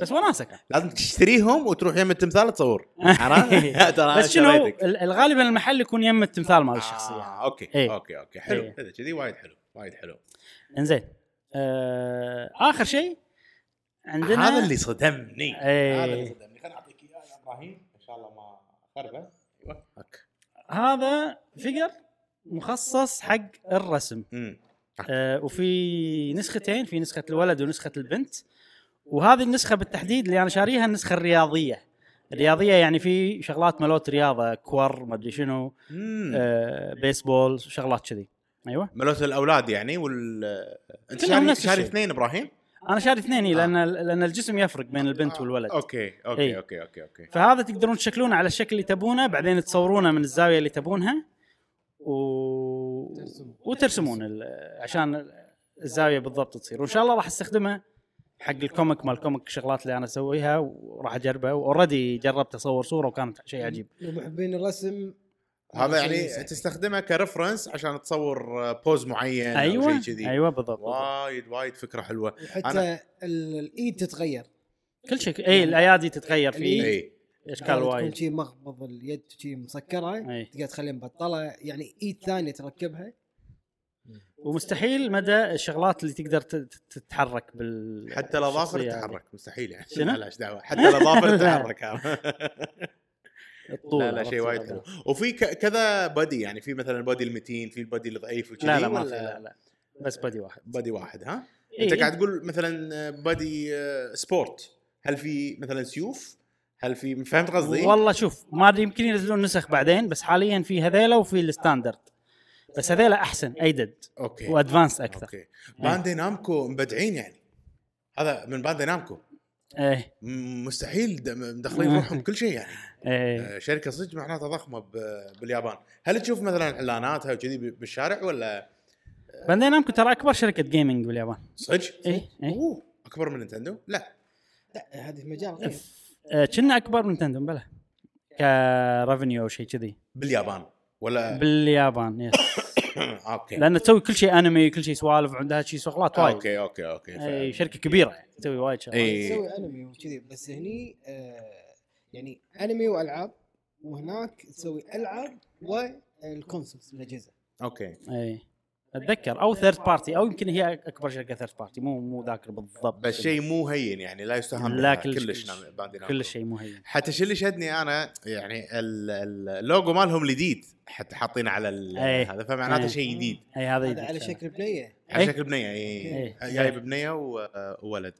بس وناسة كان لازم تشتريهم وتروح يم التمثال تصور عرفت؟ ترى أنا بس شنو آه، شريتك. ال- ال- غالبا المحل يكون يم التمثال مال الشخصية آه، اوكي إيه. اوكي اوكي حلو إيه. هذا كذي وايد حلو وايد حلو انزين آه... اخر شيء عندنا هذا اللي صدمني هذا اللي ايه صدمني خليني اعطيك اياه يا ابراهيم ان شاء الله ما خربه ايوه اوكي هذا فيجر مخصص حق الرسم أمم. آه، وفي نسختين في نسخه الولد ونسخه البنت وهذه النسخه بالتحديد اللي انا شاريها النسخه الرياضيه الرياضيه يعني في شغلات ملوت رياضه كور ما ادري شنو أمم. آه بيسبول شغلات كذي ايوه ملوث الاولاد يعني وال انت كلهم شاري نفس شاري الشيء. اثنين ابراهيم انا شاري اثنين إيه، آه. لان لان الجسم يفرق بين البنت والولد اوكي اوكي إيه. اوكي اوكي اوكي فهذا تقدرون تشكلونه على الشكل اللي تبونه بعدين تصورونه من الزاويه اللي تبونها و... ترسمون. وترسمون ال- عشان الزاويه بالضبط تصير وان شاء الله راح استخدمه حق الكوميك مال الكوميك الشغلات اللي انا اسويها وراح اجربها واوريدي جربت اصور صوره وكانت شيء عجيب لمحبين يعني الرسم هذا يعني شيء- تستخدمه كرفرنس عشان تصور بوز معين او ايوه شيء كذي ايوه بالضبط وايد وايد فكره حلوه وحتى ال- الايد تتغير كل شيء اي الايادي تتغير الإيد. في اي اشكال وايد إيه. شي مغبض اليد شي مسكره أي. تقدر تخليها مبطله يعني ايد ثانيه تركبها ومستحيل مدى الشغلات اللي تقدر ت- ت- تتحرك بال حتى الاظافر يعني الشخصية تتحرك مستحيل يعني شنو؟ لاش دعوه حتى الاظافر لا. تتحرك الطول لا لا شيء عرفت؟ وايد حلو وفي ك- كذا بادي يعني في مثلا البادي المتين في البادي الضعيف وكذي لا لا ما في ولا لا لا بس بادي واحد بادي واحد ها إيه، انت قاعد تقول مثلا بادي آه، سبورت هل في مثلا سيوف هل في فهمت قصدي إيه. والله شوف ما ادري يمكن ينزلون نسخ بعدين بس حاليا في هذيلا وفي الستاندرد بس هذيلا احسن ايدد اوكي وادفانس اكثر اوكي باندي نامكو مبدعين يعني هذا من باندي نامكو ايه م- مستحيل د- مدخلين روحهم كل شيء يعني ايه آه، شركه صدق معناتها ضخمه ب- باليابان هل تشوف مثلا اعلاناتها وكذي ب- بالشارع ولا بعدين نامكو ترى اكبر شركه جيمنج باليابان صدق إيه، إيه. اوه اكبر من نينتندو لا لا هذه في مجال غير آه، كنا اكبر من نتندو بلا كرفنيو او شيء كذي باليابان ولا آه، باليابان يس اوكي لان تسوي كل شيء انمي كل شيء سوالف عندها شيء شغلات آه، وايد اوكي اوكي اوكي اي ف- شركه كبيره يعني تسوي وايد شغلات اي تسوي انمي وكذي بس هني آه يعني انمي والعاب وهناك تسوي العاب والكونسولز الاجهزه اوكي اي اتذكر او ثيرد بارتي او يمكن هي اكبر شركه ثيرد بارتي مو مو ذاكر بالضبط بس شيء مو هين يعني لا يستهان لا بها كلش كلش كلش نعم- باندي نامكو. كل شيء مهم حتى شو اللي شدني انا يعني ال- ال- اللوجو مالهم الجديد حتى حاطين على ال- إيه. هذا فمعناته إيه. شيء جديد اي هذا هذا يدك على فعلا. شكل بنيه على إيه. شكل بنيه اي إيه. جايب بنيه يعني و- وولد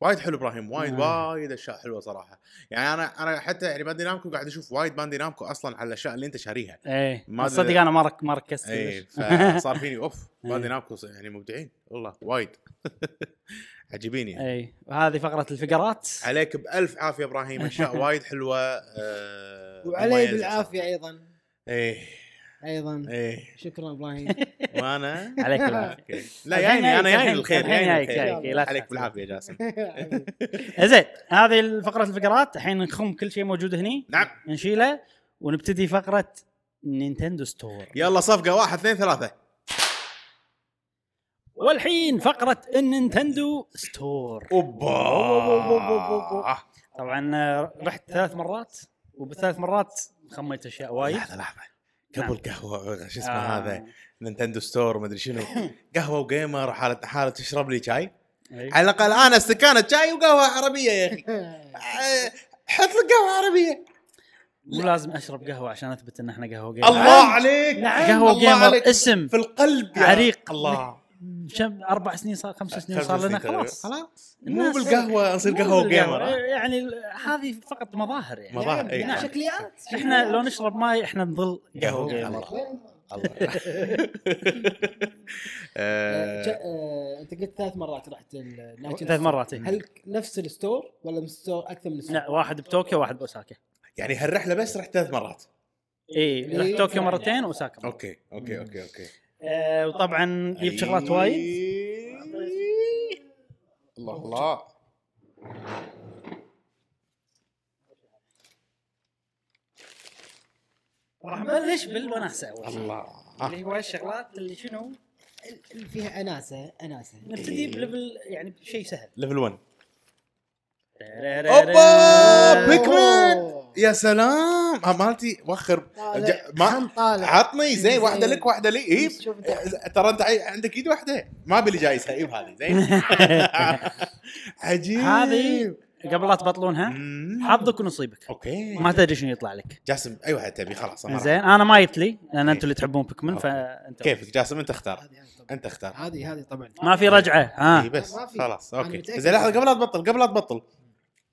وايد حلو ابراهيم وايد مم. وايد اشياء حلوه صراحه يعني انا انا حتى يعني باندي نامكو قاعد اشوف وايد باندي نامكو اصلا على الاشياء اللي انت شاريها اي ما صدق أدري. انا ما رك- ما ركزت اي كلش. فصار فيني اوف إيه. باندي نامكو يعني مبدعين والله وايد عجيبين يعني اي هذه فقره الفقرات عليك بالف عافيه ابراهيم اشياء وايد حلوه آه، وعلي مميزة بالعافيه صراحة. ايضا ايه ايضا ايه شكرا ابراهيم وانا عليك بالعافيه أوكي. لا يعني جايني انا جاي الخير آه. الحين جايني جايك الخير جايك إي، لا يعني عليك تخاف. بالعافيه يا جاسم زين هذه فقره الفقرات الحين نخم كل شيء موجود هني نعم نشيله ونبتدي فقره نينتندو ستور يلا صفقه واحد اثنين ثلاثه والحين فقره النينتندو ستور اوبا طبعا آه، رحت ثلاث مرات وبالثلاث مرات خميت اشياء وايد لحظه لحظه طيب. نعم. قبل قهوه شو اسمه آه. هذا نينتندو ستور مدري شنو قهوه وجيمر حاله حاله تشرب لي شاي إي. على الاقل انا استكانه شاي وقهوه عربيه يا اخي آه، حط لك قهوه عربيه مو لازم اشرب قهوه عشان اثبت ان احنا قهوه جيمر الله عليك نعم. قهوة الله جيمر عليك. اسم في القلب يا عريق. الله شم اربع سنين صار خمس سنين خمس صار سنين لنا تقريباً. خلاص خلاص مو الناس- بالقهوه نصير مو قهوه بالقهوة. جيمر يعني ال- هذه فقط مظاهر يعني مظاهر. إيه. يعني شكليات احنا لو نشرب ماي احنا نظل قهوه جيمر آه، الله جا- آه، انت قلت ثلاث مرات رحت الناشر ثلاث مرات إيه. هل نفس الستور ولا ستور اكثر من ستور؟ لا واحد بطوكيو وواحد باوساكا يعني هالرحله بس رحت ثلاث مرات اي رحت إيه. طوكيو مرتين واوساكا مرة. اوكي اوكي اوكي اوكي آه، وطبعا جبت شغلات وايد أيوة. الله الله راح نبلش بالوناسه اول شيء. الله اللي هو الشغلات اللي شنو اللي فيها اناسه اناسه نبتدي بليفل يعني شيء سهل ليفل 1 اوبا بيكمان يا سلام ها مالتي وخر جا- ما ما طالع عطني زين واحده لك واحده لي اي شوف انت ترى انت عي- عندك ايد واحده ما بلي جايزها ايب هذه زين عجيب هذه قبل لا تبطلونها مم. حظك ونصيبك اوكي ما تدري شنو يطلع لك جاسم اي واحد تبي خلاص أنا راح. زين انا ما جبت لي لان إيه. انتم اللي تحبون بيكمن أوكي. فانتم كيفك جاسم انت اختار هذه- هذه طبعاً. انت اختار هذه هذه طبعا ما في رجعه ها اي إيه، بس ما في. خلاص أنا اوكي متأكد. يعني. زين لحظه قبل لا تبطل قبل لا تبطل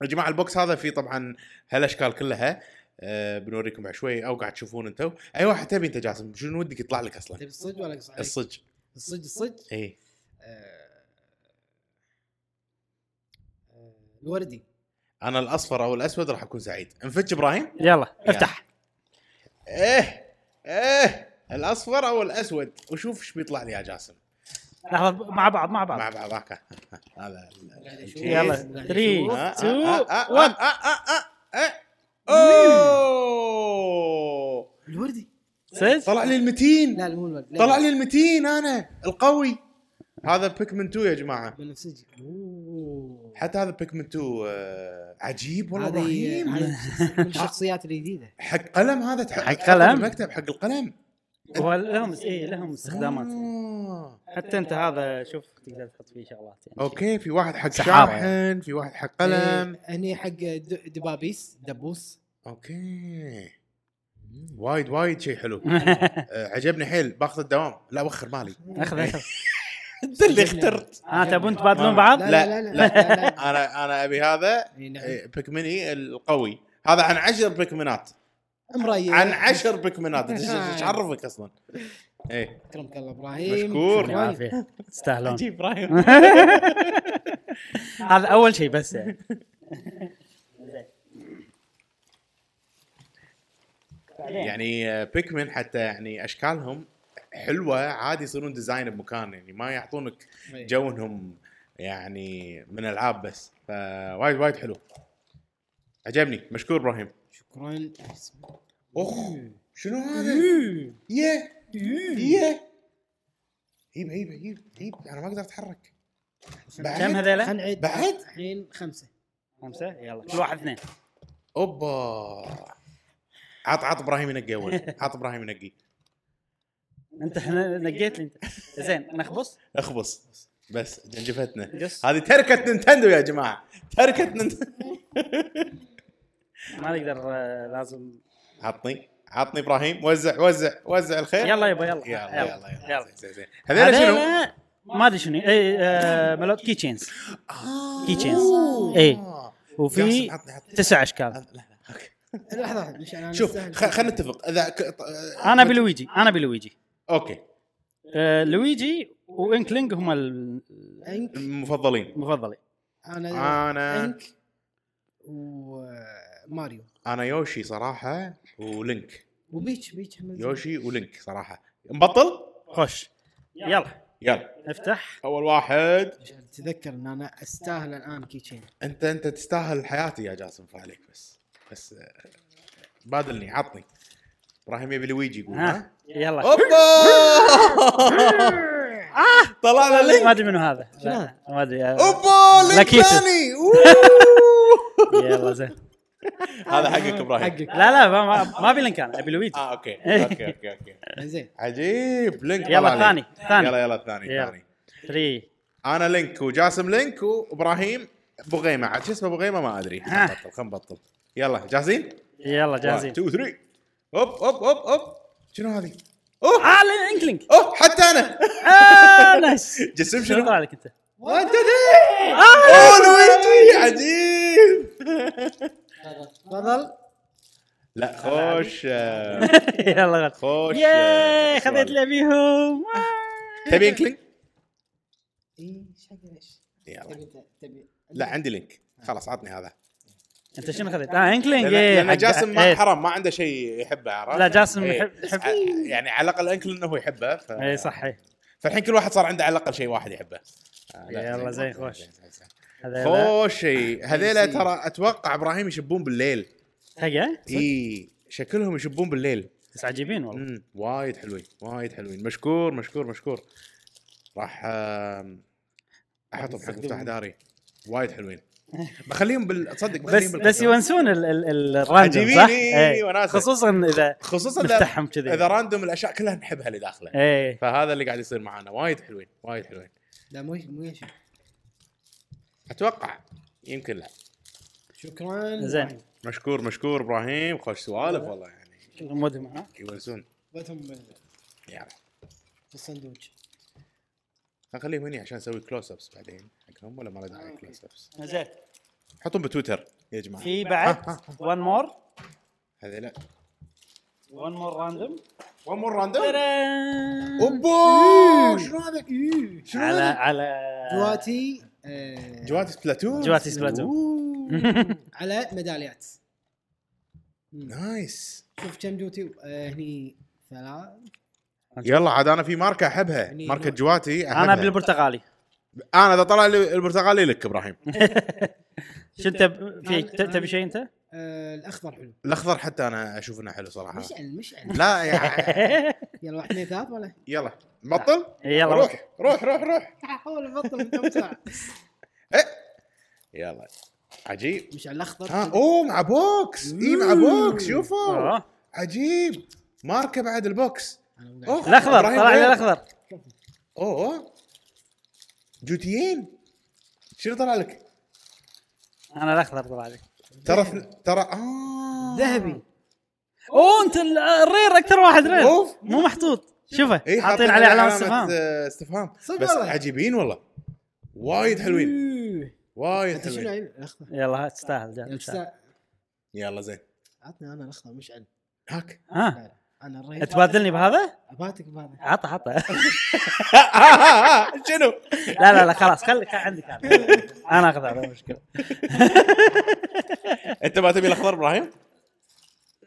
يا جماعه البوكس هذا فيه طبعا هالاشكال كلها أه بنوريكم بعد شوي او قاعد تشوفون انتم اي واحد تبي انت جاسم شنو ودك يطلع لك اصلا تبي طيب، الصج ولا اقص عليك؟ الصج إيه. الصج الصج اي آه، آه، الوردي انا الاصفر او الاسود راح اكون سعيد نفتش ابراهيم يلا افتح ايه ايه الاصفر او الاسود وشوف ايش بيطلع لي يا جاسم لحظه مع بعض مع مع بعض بعض هاكا هذا آه، يلا قاعد أشوف. 3 2 1 اوه الوردي صدق طلع لي المتين لا مو الورد لا، طلع لا. لي المتين انا القوي هذا بيكمن 2 يا جماعه بنفسجي اوه حتى هذا بيكمن 2 آه، عجيب والله هذه ابراهيم هذه من الشخصيات الجديده حق قلم هذا تح- حق قلم؟ المكتب حق القلم هو لهم اي لهم استخدامات آه. حتى انت هذا شوف تقدر تحط فيه شغلات يعني اوكي في واحد حق سحابة. شاحن في واحد حق قلم إيه، هني حق د- دبابيس دبوس اوكي وايد وايد شيء حلو آه، عجبني حيل باخذ الدوام لا وخر مالي اخذ اخذ انت اللي اخترت ها تبون تبادلون بعض؟ لا لا، لا لا لا. لا, لا. انا انا ابي هذا إي، نعم. آه، بيكمني القوي هذا عن عشر بيكمنات امرأة عن عشر بيكمنات إيش- ايش عرفك اصلا؟ ايه اكرمك الله ابراهيم يعطيك مشكور شكراً. العافيه تستاهلون عجيب ابراهيم هذا اول شيء بس يعني يعني آه، بيكمن حتى يعني اشكالهم حلوه عادي يصيرون ديزاين بمكان يعني ما يعطونك إيه، جو انهم يعني من العاب بس فوايد وايد حلو عجبني مشكور ابراهيم شكرا اخ شنو هذا؟ يه يه عيب عيب عيب عيب انا ما اقدر اتحرك بعد؟ كم هذيلا؟ خلينا نعد بعد؟ الحين خمسه خمسه يلا كل واحد اثنين اوبا عط عط ابراهيم ينقي اول عط ابراهيم ينقي انت احنا نقيت لي انت زين نخبص اخبص بس جنجفتنا قص هذه تركه نينتندو يا جماعه تركه نينتندو ما نقدر آه، لازم عطني عطني ابراهيم وزع وزع وزع الخير يلا يبا يلا يلا يلا يلا, يلا. زين، زين. هذول شنو؟ هذول ما ادري شنو اي آه ملوت كي تشينز آه. كي تشينز. إيه. آه. وفي جاسم، عطني- عطني. تسع اشكال لا، لا، أوكي. لحظه مش انا شوف مستاهل. خلينا نتفق اذا ك- ط- آه، انا بلويجي انا بلويجي اوكي آه لويجي وانكلينج هم المفضلين انك المفضلين انا آه. انا انك وماريو انا يوشي صراحه ولينك وبيتش بيتش هم زين. يوشي ولينك صراحه نبطل خش يلا يلا افتح اول واحد عشان تتذكر ان انا استاهل الان كي تشين انت انت تستاهل حياتي يا جاسم فعليك بس بس آه، بادلني عطني ابراهيم يبي لويجي يقول ها ها طيب. يلا اوبا طلعنا آه! ما لينك ادري منو هذا لا، ما ادري آه، اوبا لينك لكيته. ثاني أوه. يلا زين هذا آه، حقك ابراهيم حقك لا لا ما- ما ما ابي لينك انا ابي لويجي اه اوكي اوكي اوكي اوكي زين عجيب لينك يلا طلع لي. الثاني، الثاني. يلا يلا الثاني يلا. الثاني 3 انا لينك وجاسم لينك وابراهيم بغيمه عاد شو اسمه بغيمه ما ادري خلنا ها. نبطل خلنا نبطل يلا جاهزين؟ يلا جاهزين 2 3 اوب اوب اوب اوب شنو هذه؟ اوه اه الانكلينج اوه حتى انا آه، نايس جسم شنو آه، شنو؟ طلع لك انت؟ وانت ذي اوه لويجي عجيب تفضل لا خوش آه، يلا غد خوش آه، ياي خذيت سؤال. لعبيهم تبي انكلينج؟ اي شكل ايش يلا تبي تبي لا عندي لينك خلاص عطني هذا انت شنو خذيت؟ اه انكلينج لأن- إيه، لان حق- جاسم ما إيه. حرام ما عنده شيء يحبه عرفت؟ لا، جاسم إيه. يحب- يحب- ع- يعني على الاقل انكل انه هو يحبه ف... اي صح إيه. فالحين كل واحد صار عنده على الاقل شيء واحد يحبه آه، لا، يلا، زين، خوش. زين، زين. هذا لا. خوش إي. هذيلا ترى اتوقع ابراهيم يشبون بالليل حقه اي شكلهم يشبون بالليل بس عجيبين والله مم، وايد حلوين وايد حلوين مشكور مشكور مشكور راح آم، احطهم حق مفتاح داري وايد حلوين بخليهم بال تصدق بخليهم بس بال- بس يونسون ال- ال- ال- الراندوم عجيبين، صح؟ إيه، إيه. وناسة. خصوصا اذا خصوصا إذا- نفتحهم كذي اذا راندوم الاشياء كلها نحبها اللي داخله ايه فهذا اللي قاعد يصير معانا وايد حلوين وايد حلوين لا مو مو يشوف اتوقع يمكن لا شكرا زين مشكور مشكور ابراهيم خوش سوالف والله يعني مدهم ها؟ يونسون بثهم بال- يعني في الصندوق خليهم هني عشان اسوي كلوز ابس بعدين حقهم ولا ما له داعي كلوز ابس زين حطهم بتويتر يا جماعه في بعد وان مور هذا لا وان مور راندوم وان مور راندوم اوبو شنو هذا؟ شنو على هذا؟ على جواتي آه، جواتي سبلاتون جواتي سبلاتون. أوه، على ميداليات نايس شوف كم جوتي آه، هني ثلاث يلا عاد انا في ماركه احبها يعني ماركه نوع. جواتي أحبها. انا بالبرتقالي انا اذا طلع لي البرتقالي لك ابراهيم شو انت ب- في ت- تبي شيء انت؟ آه، الاخضر حلو الاخضر حتى انا اشوف انه حلو صراحه مشعل مشعل لا يا يلا واحد اثنين ثلاث ولا يلا بطل يلا روح روح روح روح حاول بطل من كم ساعه يلا عجيب مشعل الاخضر ها اوه مع بوكس اي مع بوكس شوفوا أوه. عجيب ماركه بعد البوكس أنا مو قاعد. اوه الاخضر إبراهيم طلع لي غير. الاخضر اوه أوه. جوتيين شنو طلع لك؟ انا الاخضر طلع لي ترى اثن- ترى اه ذهبي اوه انت ال- الرير اكثر واحد رير أوف. مو محطوط شوفه اي إيه، حاطين عليه علامه استفهام آه، استفهام صدق بس والله. عجيبين والله وايد حلوين أوه. وايد انت شنو حلوين آه، لعيب الاخضر يلا ها، تستاهل جاد، يا تستاهل. أستاذ، يلا زين عطني انا الاخضر مشعل هاك ها انا الريت تبادلني بهذا؟ اباتك بهذا عطى عطى شنو؟ لا لا لا خلاص خليك عندك أنا. انا اخذ هذا مشكله انت ما تبي الاخضر ابراهيم؟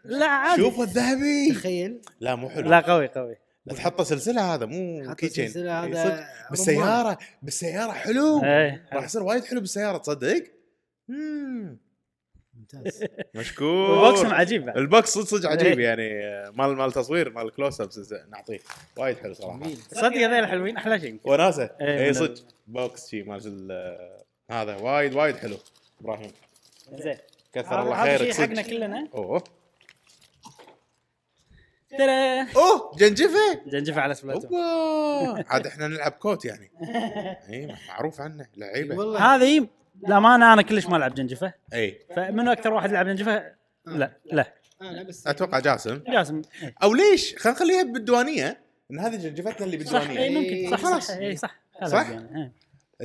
لا عادي شوفوا الذهبي تخيل لا مو حلو لا قوي قوي لا تحطه سلسله هذا مو حط كيتشين السلسلة إي، هذا آه. صدق. رمان. بالسياره بالسياره حلو إيه. راح يصير وايد حلو بالسياره تصدق؟ مم. ممتاز مشكور بوكسهم عجيب بعد. البوكس صدق صدق عجيب إيه. يعني آه، مال مال تصوير مال كلوز ابس نعطيه وايد حلو صراحه جميل صدق هذول حلوين احلى شيء وناسه إيه، اي من صدق بوكس شي مال ال- آه، هذا وايد وايد حلو ابراهيم زين كثر الله هذا خيرك شيء حقنا صدق كلنا اوه ترى اوه جنجفه جنجفه على سبلاتون اوبا عاد احنا نلعب كوت يعني اي معروف عنه أيوة. لعيبه والله هذه للامانه انا كلش ما العب جنجفه اي فمنو اكثر واحد لعب جنجفه؟ لا لا انا آه، بس اتوقع جاسم جاسم او ليش خلينا نخليها بالديوانيه ان هذه جنجفتنا اللي صح اي بالديوانيه إيه، ممكن صح صح اي صح خلاص صح؟ يعني، إيه.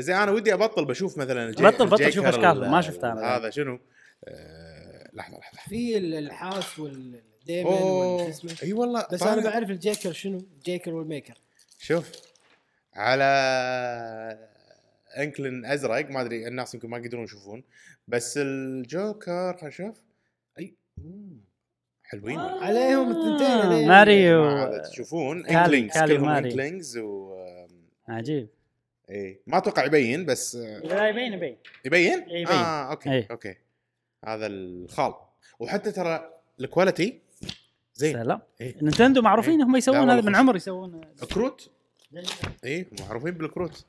زين انا ودي ابطل بشوف مثلا جي- بطل- بطل جيكر شوف أشكال، ال- ما شفتها أنا. هذا شنو؟ آه، لحظه لحظه في ال- الحاس والديمن اوه والجسم اي والله بس طالع. انا بعرف الجيكر شنو الجيكر والميكر شوف على انكلن ازرق ما ادري الناس يمكن ما يقدرون يشوفون بس الجوكر خلنا نشوف اي مم، حلوين والله. عليهم الثنتين إيه. آه، هذين. ماريو مع هذا تشوفون كالي- انكلينجز كالي كلهم ماري. انكلينجز و آم، عجيب ايه ما اتوقع يبين بس آه، لا يبين يبين يبين؟ يبين. اه اوكي إيه. اوكي هذا الخال وحتى ترى الكواليتي زين سلام إيه. نينتندو معروفين هم لا يسوون والله هذا من خش. عمر يسوون كروت ايه معروفين بالكروت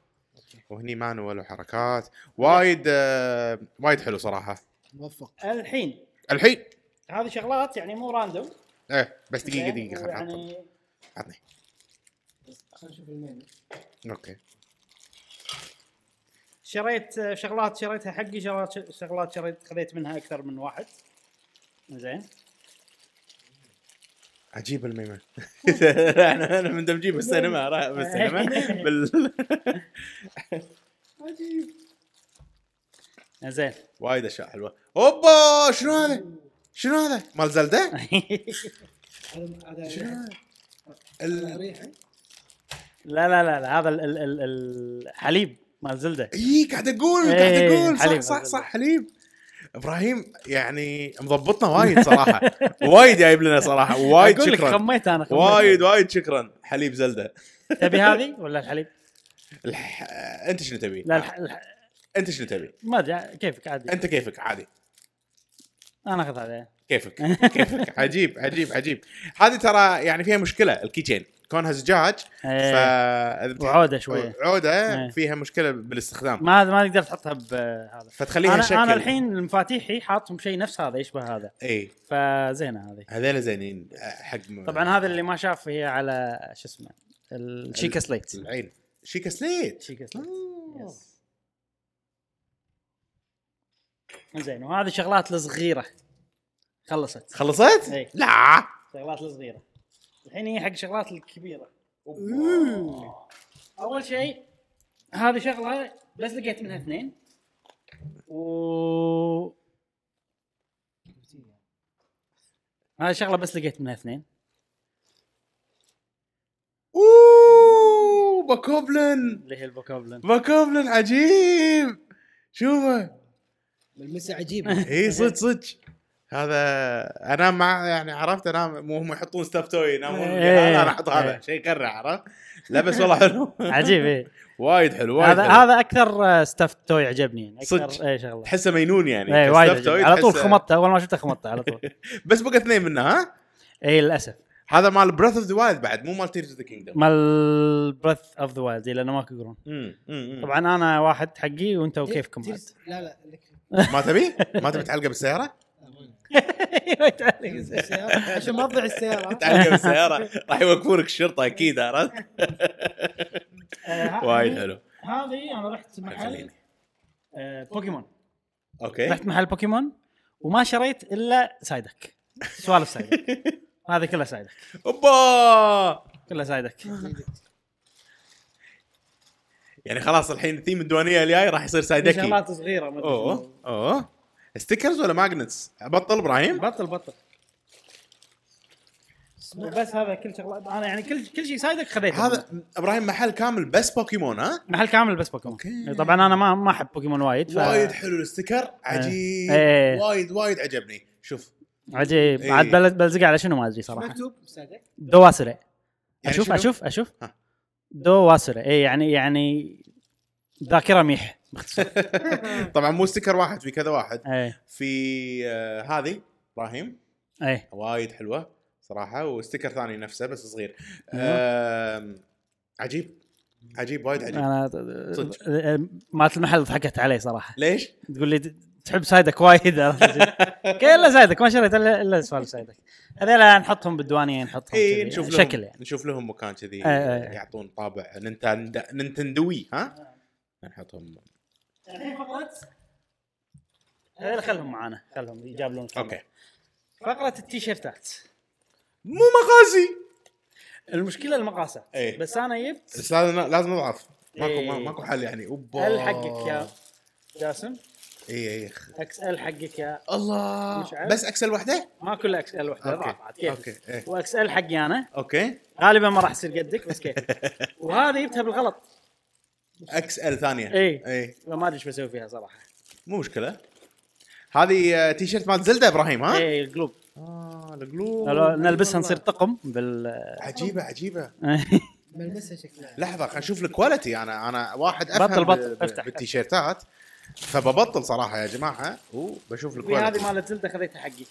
وهني مانوال وحركات وايد آه وايد حلو صراحه موفق الحين الحين هذه شغلات يعني مو راندوم ايه بس دقيقه دقيقه خل يعني- عطني عطني خلينا نشوف المنيو اوكي شريت آه، شغلات شريتها حقي شغلات شغلات شريت خذيت منها اكثر من واحد زين عجيب الميمة احنا احنا مندمجين بالسينما راح- بالسينما بال... عجيب زين وايد اشياء حلوه اوبا شنو هذا؟ شنو هذا؟ مال زلدة؟ هذا- شنو هذا هذا؟ ال... ريحه لا لا لا, لا هذا ال- ال- ال- الحليب مال زلده اي قاعد اقول قاعد إيه، اقول صح حليب، صح حليب. صح حليب ابراهيم يعني مضبطنا وايد صراحه وايد جايب لنا صراحه وايد اقول لك شكرا خميت انا خميت. وايد وايد شكرا حليب زلدة تبي هذه ولا الحليب؟ الح... انت شنو تبي؟ لا الح... الح... انت شنو تبي؟ ما ادري كيفك عادي انت كيفك عادي انا اخذ هذا كيفك كيفك عجيب عجيب عجيب هذه ترى يعني فيها مشكله الكيتشين كونها زجاج إيه. ف وعوده شويه عوده إيه. فيها مشكله بالاستخدام ما ما تقدر تحطها بهذا فتخليها شكل انا انا الحين مفاتيحي حاطهم شيء نفس هذا يشبه هذا اي فزينه هذه هذول زينين آه، حق م- طبعا هذا اللي ما شاف هي على شو اسمه الشيكا سليت العين شيكا سليت شيكا سليت آه. يس. زين وهذه شغلات الصغيره خلصت خلصت؟ إيه. لا شغلات الصغيره الحين هي حق شغلات الكبيره اول شيء هذه شغله بس لقيت منها اثنين و هذه شغله بس لقيت منها اثنين اوه باكوبلن اللي هي البوكوبلن باكوبلن عجيب شوفه ملمسه عجيبه اي إيه، صدق صدق هذا انا مع يعني عرفت انا مو هم يحطون ستاف توي ينامون إيه. انا احط هذا إيه. شيء يكرع عرفت لا بس والله حلو عجيب ايه وايد حلو وايد هذا حلو. هذا اكثر ستاف توي عجبني يعني صدق. اكثر اي شغله تحسه مينون يعني اي إيه، وايد كستاف توي عجبني. على طول تحسه- خمطته اول ما شفته خمطته على طول إيه، بس بقى اثنين منها ها اي للاسف هذا مال براث اوف ذا وايلد بعد مو مال تيرز اوف ذا كينجدم مال بريث اوف ذا وايلد لانه إيه، ماكو قرون طبعا طبعا انا واحد حقي وانت وكيفكم بعد تيرز- لا لا لك- ما تبي؟ ما تبي تعلقه بالسياره؟ تيرز السيارة، عشان ما تضيع السياره تعلقه بالسياره راح يوقفونك الشرطه اكيد عرفت؟ وايد حلو هذه انا رحت محل خليني. إيه. آه، بوكيمون اوكي رحت محل بوكيمون وما شريت الا سايدك سوالف سايدك هذه كلها سايدك اوبا كلها سايدك يعني خلاص الحين ثيم الديوانيه الجاي راح يصير في سايدكي شغلات صغيره ما أدري شنو. اوه اوه ستيكرز ولا ماجنتس؟ بطل ابراهيم؟ بطل بطل بس هذا كل شغله انا يعني كل كل شيء سايدك خذيته هذا ابراهيم محل كامل بس بوكيمون ها؟ محل كامل بس بوكيمون أوكي. طبعا انا ما ما احب بوكيمون وايد ف... وايد حلو الاستيكر عجيب إيه. وايد وايد عجبني شوف عجيب إيه. عاد بل- بلزق على شنو ما ادري صراحه مكتوب صدق دواسره يعني اشوف شنو؟ اشوف اشوف ها. دواسره اي يعني يعني ذاكره ميح باختصار طبعا مو استيكر واحد في كذا واحد اي في آه، هذه ابراهيم اي وايد حلوه صراحه واستيكر ثاني نفسه بس صغير أيوة. آم، عجيب عجيب وايد عجيب انا يعني صدق. آه، مالت المحل ضحكت علي صراحه ليش؟ تقول لي تحب سايدك وايد كله سايدك ما شريت الا الا سوالف سايدك هذول نحطهم بالديوانيه نحطهم اي كذي، إيه، نشوف لهم شكل يعني إيه، نشوف لهم مكان كذي أي، أي. يعطون طابع نينتند نينتندوي ها؟ نحطهم هذول خلهم معانا خلهم يجابلون اوكي فقره التيشيرتات مو مقاسي المشكله المقاسات إيه. بس انا جبت بس لازم لازم اضعف ماكو ما- إيه. ماكو حل يعني اوبا ال حقك يا جاسم اي اي اكس ال حقك يا الله مش عارف. إيه، بس اكسل وحده؟ ما كله اكس ال وحده أوكي. ضعف عاد كيف أوكي، إيه. واكس ال حقي انا اوكي غالبا ما راح يصير قدك بس كيف وهذه جبتها بالغلط اكسل ثانيه إيه. اي ما ادري ايش بسوي فيها صراحه مو مشكله هذه آه، تي شيرت مال زلده ابراهيم ها؟ اي إيه، القلوب اه القلوب لو نلبسها نصير طقم بال عجيبه عجيبه ملمسها شكلها لحظه خلينا نشوف الكواليتي انا انا واحد افهم بطل- بطل، ب- ب- افتح. بالتيشيرتات فببطل صراحه يا جماعه وبشوف في هذه الكواليتي مالت زلده خذيتها حقي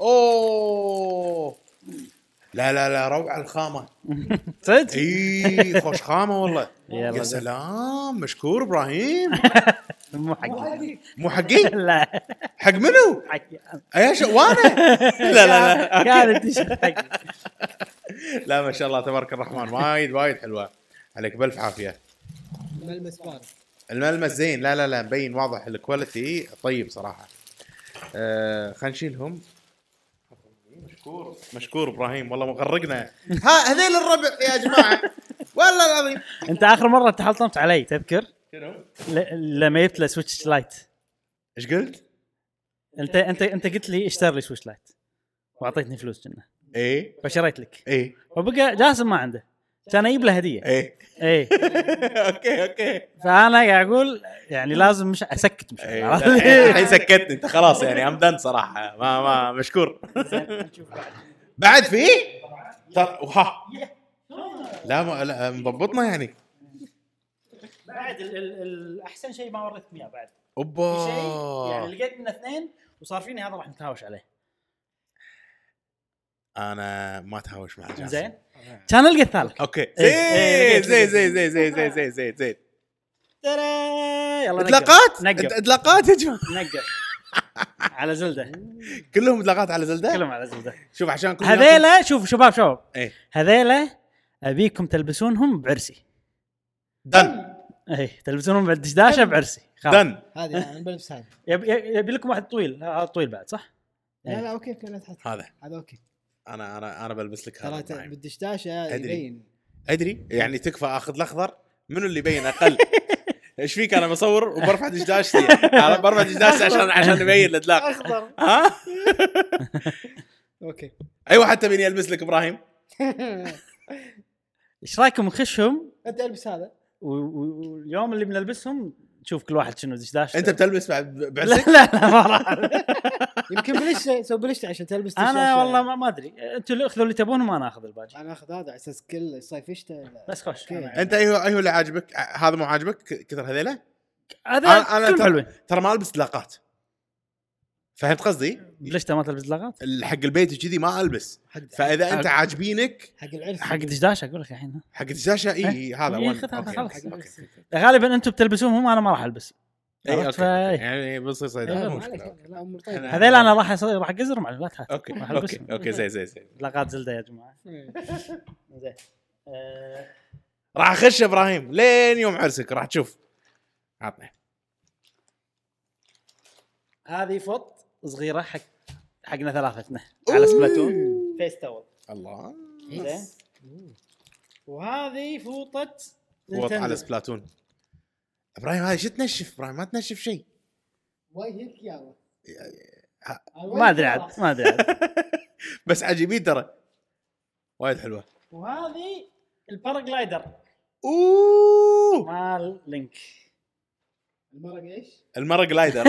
اوه لا لا لا روعه الخامه صدق؟ اي خوش خامه والله يلا. يا سلام مشكور ابراهيم مو حقي مو حقي لا حق منو؟ حقي ايش وانا لا لا لا كان التيشيرت حقي لا ما شاء الله تبارك الرحمن وايد وايد حلوه عليك بالف عافيه ملمس فارغ الملمس زين لا لا لا مبين واضح الكواليتي طيب صراحه آه خلينا نشيلهم مشكور مشكور ابراهيم والله مغرقنا ها هذيل الربع يا جماعه والله العظيم انت اخر مره تحلطمت علي تذكر؟ شنو؟ ل- لما جبت له سويتش لايت ايش قلت؟ انت انت انت قلت لي اشتري لي سويتش لايت واعطيتني فلوس كنا ايه فشريت لك ايه وبقى جاسم ما عنده كان اجيب له إيه. هديه ايه اي اوكي اوكي فانا قاعد اقول يعني لازم مش اسكت مش إيه، لا، الحين الحين سكتني انت خلاص يعني امدن صراحه ما ما مشكور بعد في؟ تر- وها لا ما لا مضبطنا يعني بعد الاحسن شيء ما وريتك اياه بعد يعني اوبا لقيت منه اثنين وصار فيني هذا راح نتهاوش عليه انا ما تهاوش مع جاسم زين كان القى الثالث اوكي إيه، زين إيه، زين زين زين زين زين زين زين زين ترى يلا نقر. اطلاقات إد- نقر اطلاقات يا جماعه نقر على زلده كلهم اطلاقات على زلده كلهم على زلده شوف عشان كل هذيلا شوف شباب شباب إيه. هذيلا ابيكم تلبسونهم بعرسي طيب. دن اي إيه، تلبسونهم بالدشداشه بعرسي خلاص. دن هذه انا بلبس هذه يبي يبي لكم واحد طويل هذا طويل بعد صح؟ لا لا اوكي اوكي لا تحط هذا هذا اوكي انا انا انا بلبس لك ترى هذا ت- إبراهيم. بالدشداشه طيب. أدري. يبين ادري إيه. يعني تكفى اخذ الاخضر منو اللي يبين اقل ايش فيك انا بصور وبرفع دشداشتي انا برفع دشداشتي عشان عشان يبين الاطلاق اخضر ها اوكي اي واحد تبيني البس لك ابراهيم ايش رايكم نخشهم انت البس هذا و- و- واليوم اللي بنلبسهم نشوف كل واحد شنو دشداشه انت بتلبس بعد لا بعرسك لا لا ما راح يمكن بلشت سو بلشت عشان تلبس انا دشداشة. والله ما, ما ادري انتوا اللي اخذوا اللي تبونهم انا اخذ الباقي انا اخذ هذا على اساس كل صيف شتاء آه، بس خوش أوكي. أنا- انت اي هو اي هو أيوة، اللي عاجبك ع- هذا مو عاجبك ك- كثر هذيله أنا- أنا هذا كلهم ترى- حلوين ترى ما البس اطلاقات فهمت قصدي؟ ليش ما تلبس لغات؟ حق البيت كذي ما البس حق فاذا انت حق- عاجبينك حق العرس حق دشداش اقول لك الحين حق الشاشه اي إي، إيه، هذا إي، one. خذ هذا أوكي، خلاص. أوكي، أوكي. غالبا انتم بتلبسونهم انا ما راح البس اي عرفت؟ اوكي فا- يعني بنصير إي، صيدله مو ما عليك، مشكله لا امور طيبه أنا- هذيل انا راح أص- راح اقزر مع لا تهات اوكي راح اوكي البسهم اوكي زين زين زين لغات زلده يا جماعه إيه. زين آه، راح اخش يا ابراهيم لين يوم عرسك راح تشوف عطني هذه فط صغيره حق حقنا ثلاثتنا على سبلاتون فيس تاول الله زين وهذه فوطه وط على نينتندو. سبلاتون ابراهيم هاي شو تنشف ابراهيم ما تنشف شيء واي هيك يا ما ادري عاد ما ادري عاد بس عجيبين ترى وايد حلوه وهذه الباراجلايدر اوه مال لينك المرق ايش؟ المره جلايدر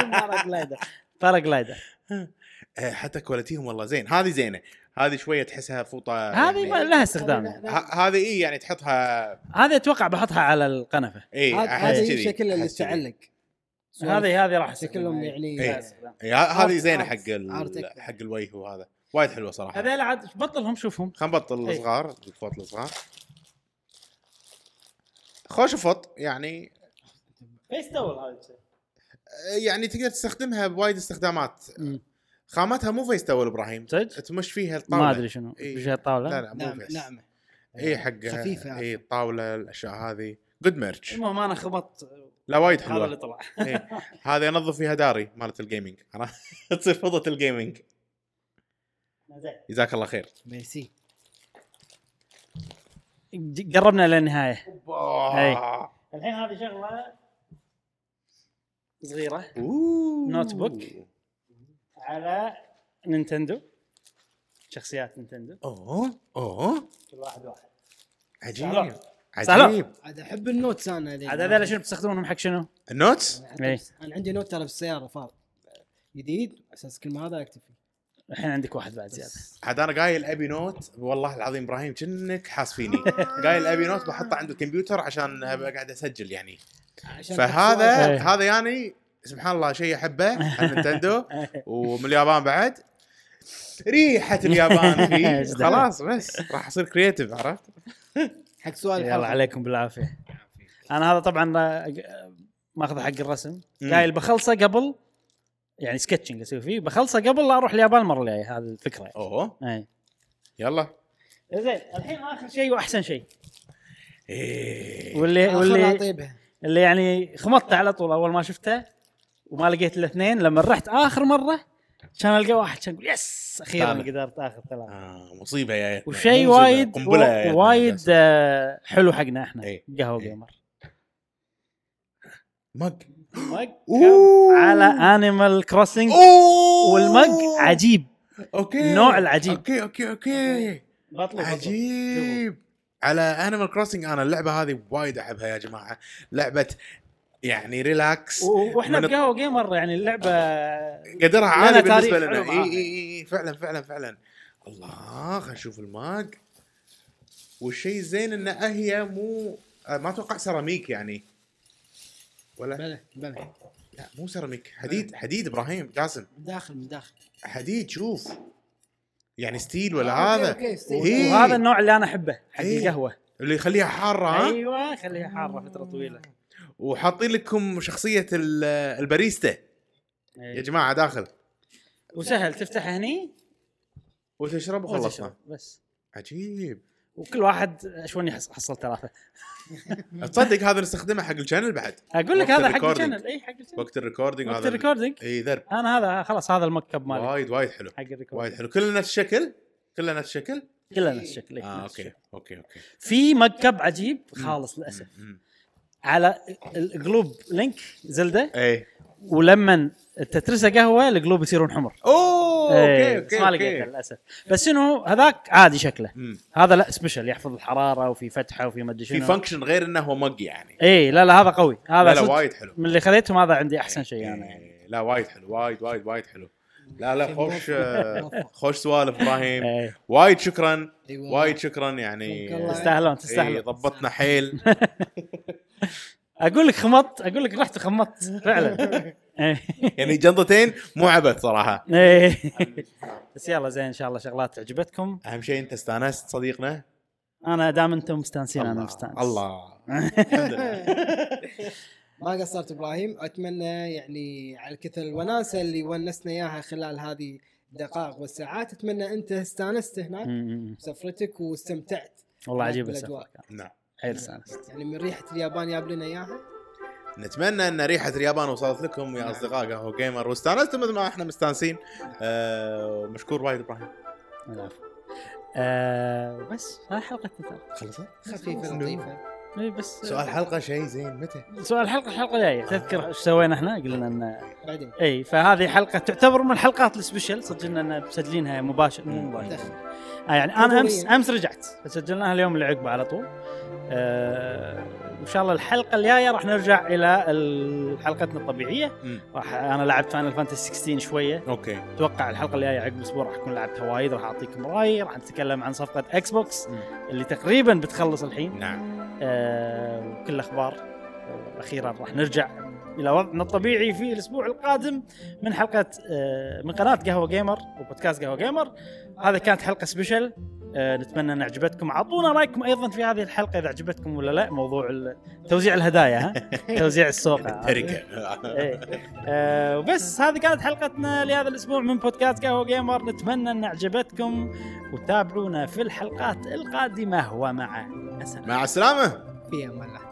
الباراجلايدر باراجلايدر آه، حتى كواليتيهم والله زين هذه زينه هذه شويه تحسها فوطه هذه ما يعني لها استخدام لا، لا، ه- هذه اي يعني تحطها هذه اتوقع بحطها على القنفه اي هذا- أحس هذا كذي، شكل اللي أحس كذي. تعلق هذه هذه راح أستخدمها. شكلهم يعني لها إيه. استخدام. إي، ه- هذه Art- زينه Art- حق ال- Art. حق الوجه وهذا وايد حلوه صراحه هذيل عاد بطلهم شوفهم خلينا نبطل إي. الصغار الفوط الصغار خوش فط يعني فيس تاول هذه يعني تقدر تستخدمها بوايد استخدامات مم. خامتها مو فيس تول ابراهيم صدق؟ تمش فيها الطاوله ما ادري شنو إيه. ايش الطاوله لا لا مو نعم فيس نعمه اي حق خفيفة، اي الطاوله الاشياء هذه جود ميرتش المهم انا خبطت لا وايد إيه، هذا اللي حلوه طلع إي. هذه انظف فيها داري مالت الجيمنج تصير فضه الجيمنج زين جزاك الله خير ميرسي ج- قربنا للنهايه أوبا. الحين هذه شغله صغيره أوه. نوت بوك. على نينتندو شخصيات نينتندو اوه اوه كل واحد واحد عجيب سهلة. عجيب عاد احب النوتس انا هذيل. عاد هذول شنو بتستخدمونهم حق شنو؟ النوتس أنا إيه. عندي- انا عندي نوت ترى بالسياره فاضي جديد اساس كل ما هذا اكتب فيه الحين عندك واحد بعد زياده بس عاد انا قايل ابي نوت والله العظيم ابراهيم كأنك حاس فيني قايل ابي نوت بحطه عند الكمبيوتر عشان أبقى قاعد اسجل يعني عشان فهذا إيه. هذا يعني سبحان الله شيء احبه عن نينتندو ومن اليابان بعد ريحه اليابان فيه خلاص بس راح اصير كرييتيف عرفت؟ حق سؤال يلا الحلقه عليكم بالعافيه انا هذا طبعا آه، ماخذ حق الرسم مم. قايل بخلصه قبل يعني سكتشنج اسوي فيه بخلصه قبل لا اروح اليابان المره الجايه هذه الفكره يعني. اوه اي يلا زين الحين اخر شيء واحسن شيء إيه. واللي واللي واللي طيبه اللي يعني خمطته على طول اول ما شفته وما لقيت الاثنين لما رحت اخر مره كان القى واحد كان اقول يس اخيرا ثالث. قدرت اخذ ثلاثه آه، مصيبه يا يتنا. وشيء مصيبة. وايد قنبله يا إيه. يتنا. وايد آه، حلو حقنا احنا إي. قهوه إي. جيمر مج كم على انيمال كروسنج أوه. والمج عجيب اوكي النوع العجيب. اوكي اوكي اوكي بطلب عجيب على انيمال كروسنج انا اللعبه هذه وايد احبها يا جماعه لعبه يعني ريلاكس واحنا من- بقهوه جيمر يعني اللعبه قدرها لنا عالي تاريخ بالنسبه لنا حلو اي أيوة، معاها. اي اي فعلا فعلا فعلا الله خلينا نشوف الماج والشيء الزين ان هي مو آه، ما اتوقع سيراميك يعني ولا بلى بلى لا مو إيه. سيراميك حديد حديد ابراهيم جاسم من داخل من داخل حديد شوف يعني ستيل ولا آه، أوكي، هذا أوكي، ستيل. إيه. وهذا النوع اللي انا احبه حق إي. القهوه اللي يخليها حاره إيه. أيوة. ها ايوه خليها حاره فتره طويله وحاطين لكم شخصيه ال- الباريستا إيه. يا إي. جماعه داخل وسهل تفتح هني وتشرب وخلصنا وتشرب بس عجيب وكل وكل واحد اشوني حص- حصل ثلاثه تصدق هذا نستخدمه حق الشانل بعد اقول لك وقت هذا حق الريكوردينج. الشانل اي حق الشانل وقت الريكوردينج وقت هذا ال- الريكوردينج اي ذرب انا هذا خلاص هذا المكب مالي وايد وايد حلو حق الريكوردينج وايد حلو كلنا نفس الشكل كلنا نفس الشكل كله نفس الشكل إي، اه نفس اوكي الشكل. اوكي اوكي في مكب عجيب خالص للاسف مم. على القلوب لينك زلده اي ولما تترسه قهوه القلوب يصيرون حمر اوه إيه، اوكي بس اوكي ما لقيته اوكي للاسف بس انه هذاك عادي شكله مم. هذا لا سبيشل يحفظ الحراره وفي فتحه وفي مدري في شنو فانكشن غير انه هو مج يعني اي لا لا هذا قوي هذا لا لا صدق وايد حلو من اللي خذيتهم هذا عندي احسن شيء انا يعني إيه، لا وايد حلو وايد وايد وايد حلو لا لا شيء خوش موفق. آه، موفق. أيوة. خوش سوالف ابراهيم إيه. وايد شكرا اي والله. وايد شكرا يعني شكراً الله. تستاهلون إيه، تستاهلون ضبطنا حيل اقول لك خمطت اقول لك رحت خمطت فعلا إيه. يعني جنطتين مو عبث صراحه إيه. بس يلا زين ان شاء الله شغلات عجبتكم اهم شيء انت استانست صديقنا انا دام انتم مستانسين انا الله. مستانس الله الحمد لله ما قصرت ابراهيم اتمنى يعني على كثر الوناسه اللي ونسنا اياها خلال هذه الدقائق والساعات اتمنى انت استانست هناك أمم. بسفرتك واستمتعت والله عجيب بالأجواء. السفر كان نعم حيل استانست يعني من ريحه اليابان جاب لنا اياها نتمنى ان ريحه اليابان وصلت لكم يا اصدقاء قهوه جيمر واستانستم مثل ما احنا مستانسين آه مشكور وايد ابراهيم العفو. آه بس هاي حلقتنا ترى خلصت خفيفه لطيفه إي بس سؤال حلقه شيء زين متى؟ سؤال الحلقه الحلقه الجايه تذكر ايش سوينا احنا قلنا ان بعدين اي فهذه حلقه تعتبر من الحلقات السبيشل سجلنا ان مسجلينها مباشر مو مباشر دخل آه يعني انا امس امس رجعت فسجلناها اليوم اللي عقبه على طول آه وان شاء الله الحلقه الجايه راح نرجع الى ال- حلقتنا الطبيعيه مم. راح انا لعبت فاينل فانتسي 16 شويه اوكي اتوقع الحلقه الجايه عقب اسبوع راح اكون لعبتها وايد راح اعطيكم رايي راح نتكلم عن صفقه اكس بوكس مم. اللي تقريبا بتخلص الحين نعم آه، وكل الاخبار آه، اخيرا راح نرجع الى وضعنا الطبيعي في الاسبوع القادم من حلقه آه، من قناه قهوه جيمر وبودكاست قهوه جيمر هذه كانت حلقه سبيشل آه، نتمنى ان عجبتكم اعطونا رايكم ايضا في هذه الحلقه اذا عجبتكم ولا لا موضوع ال- توزيع الهدايا ها توزيع السوق تركه إيه. آه، وبس هذه كانت حلقتنا لهذا الاسبوع من بودكاست قهوه جيمر نتمنى ان عجبتكم وتابعونا في الحلقات القادمه ومع السلامه مع السلامه في امان الله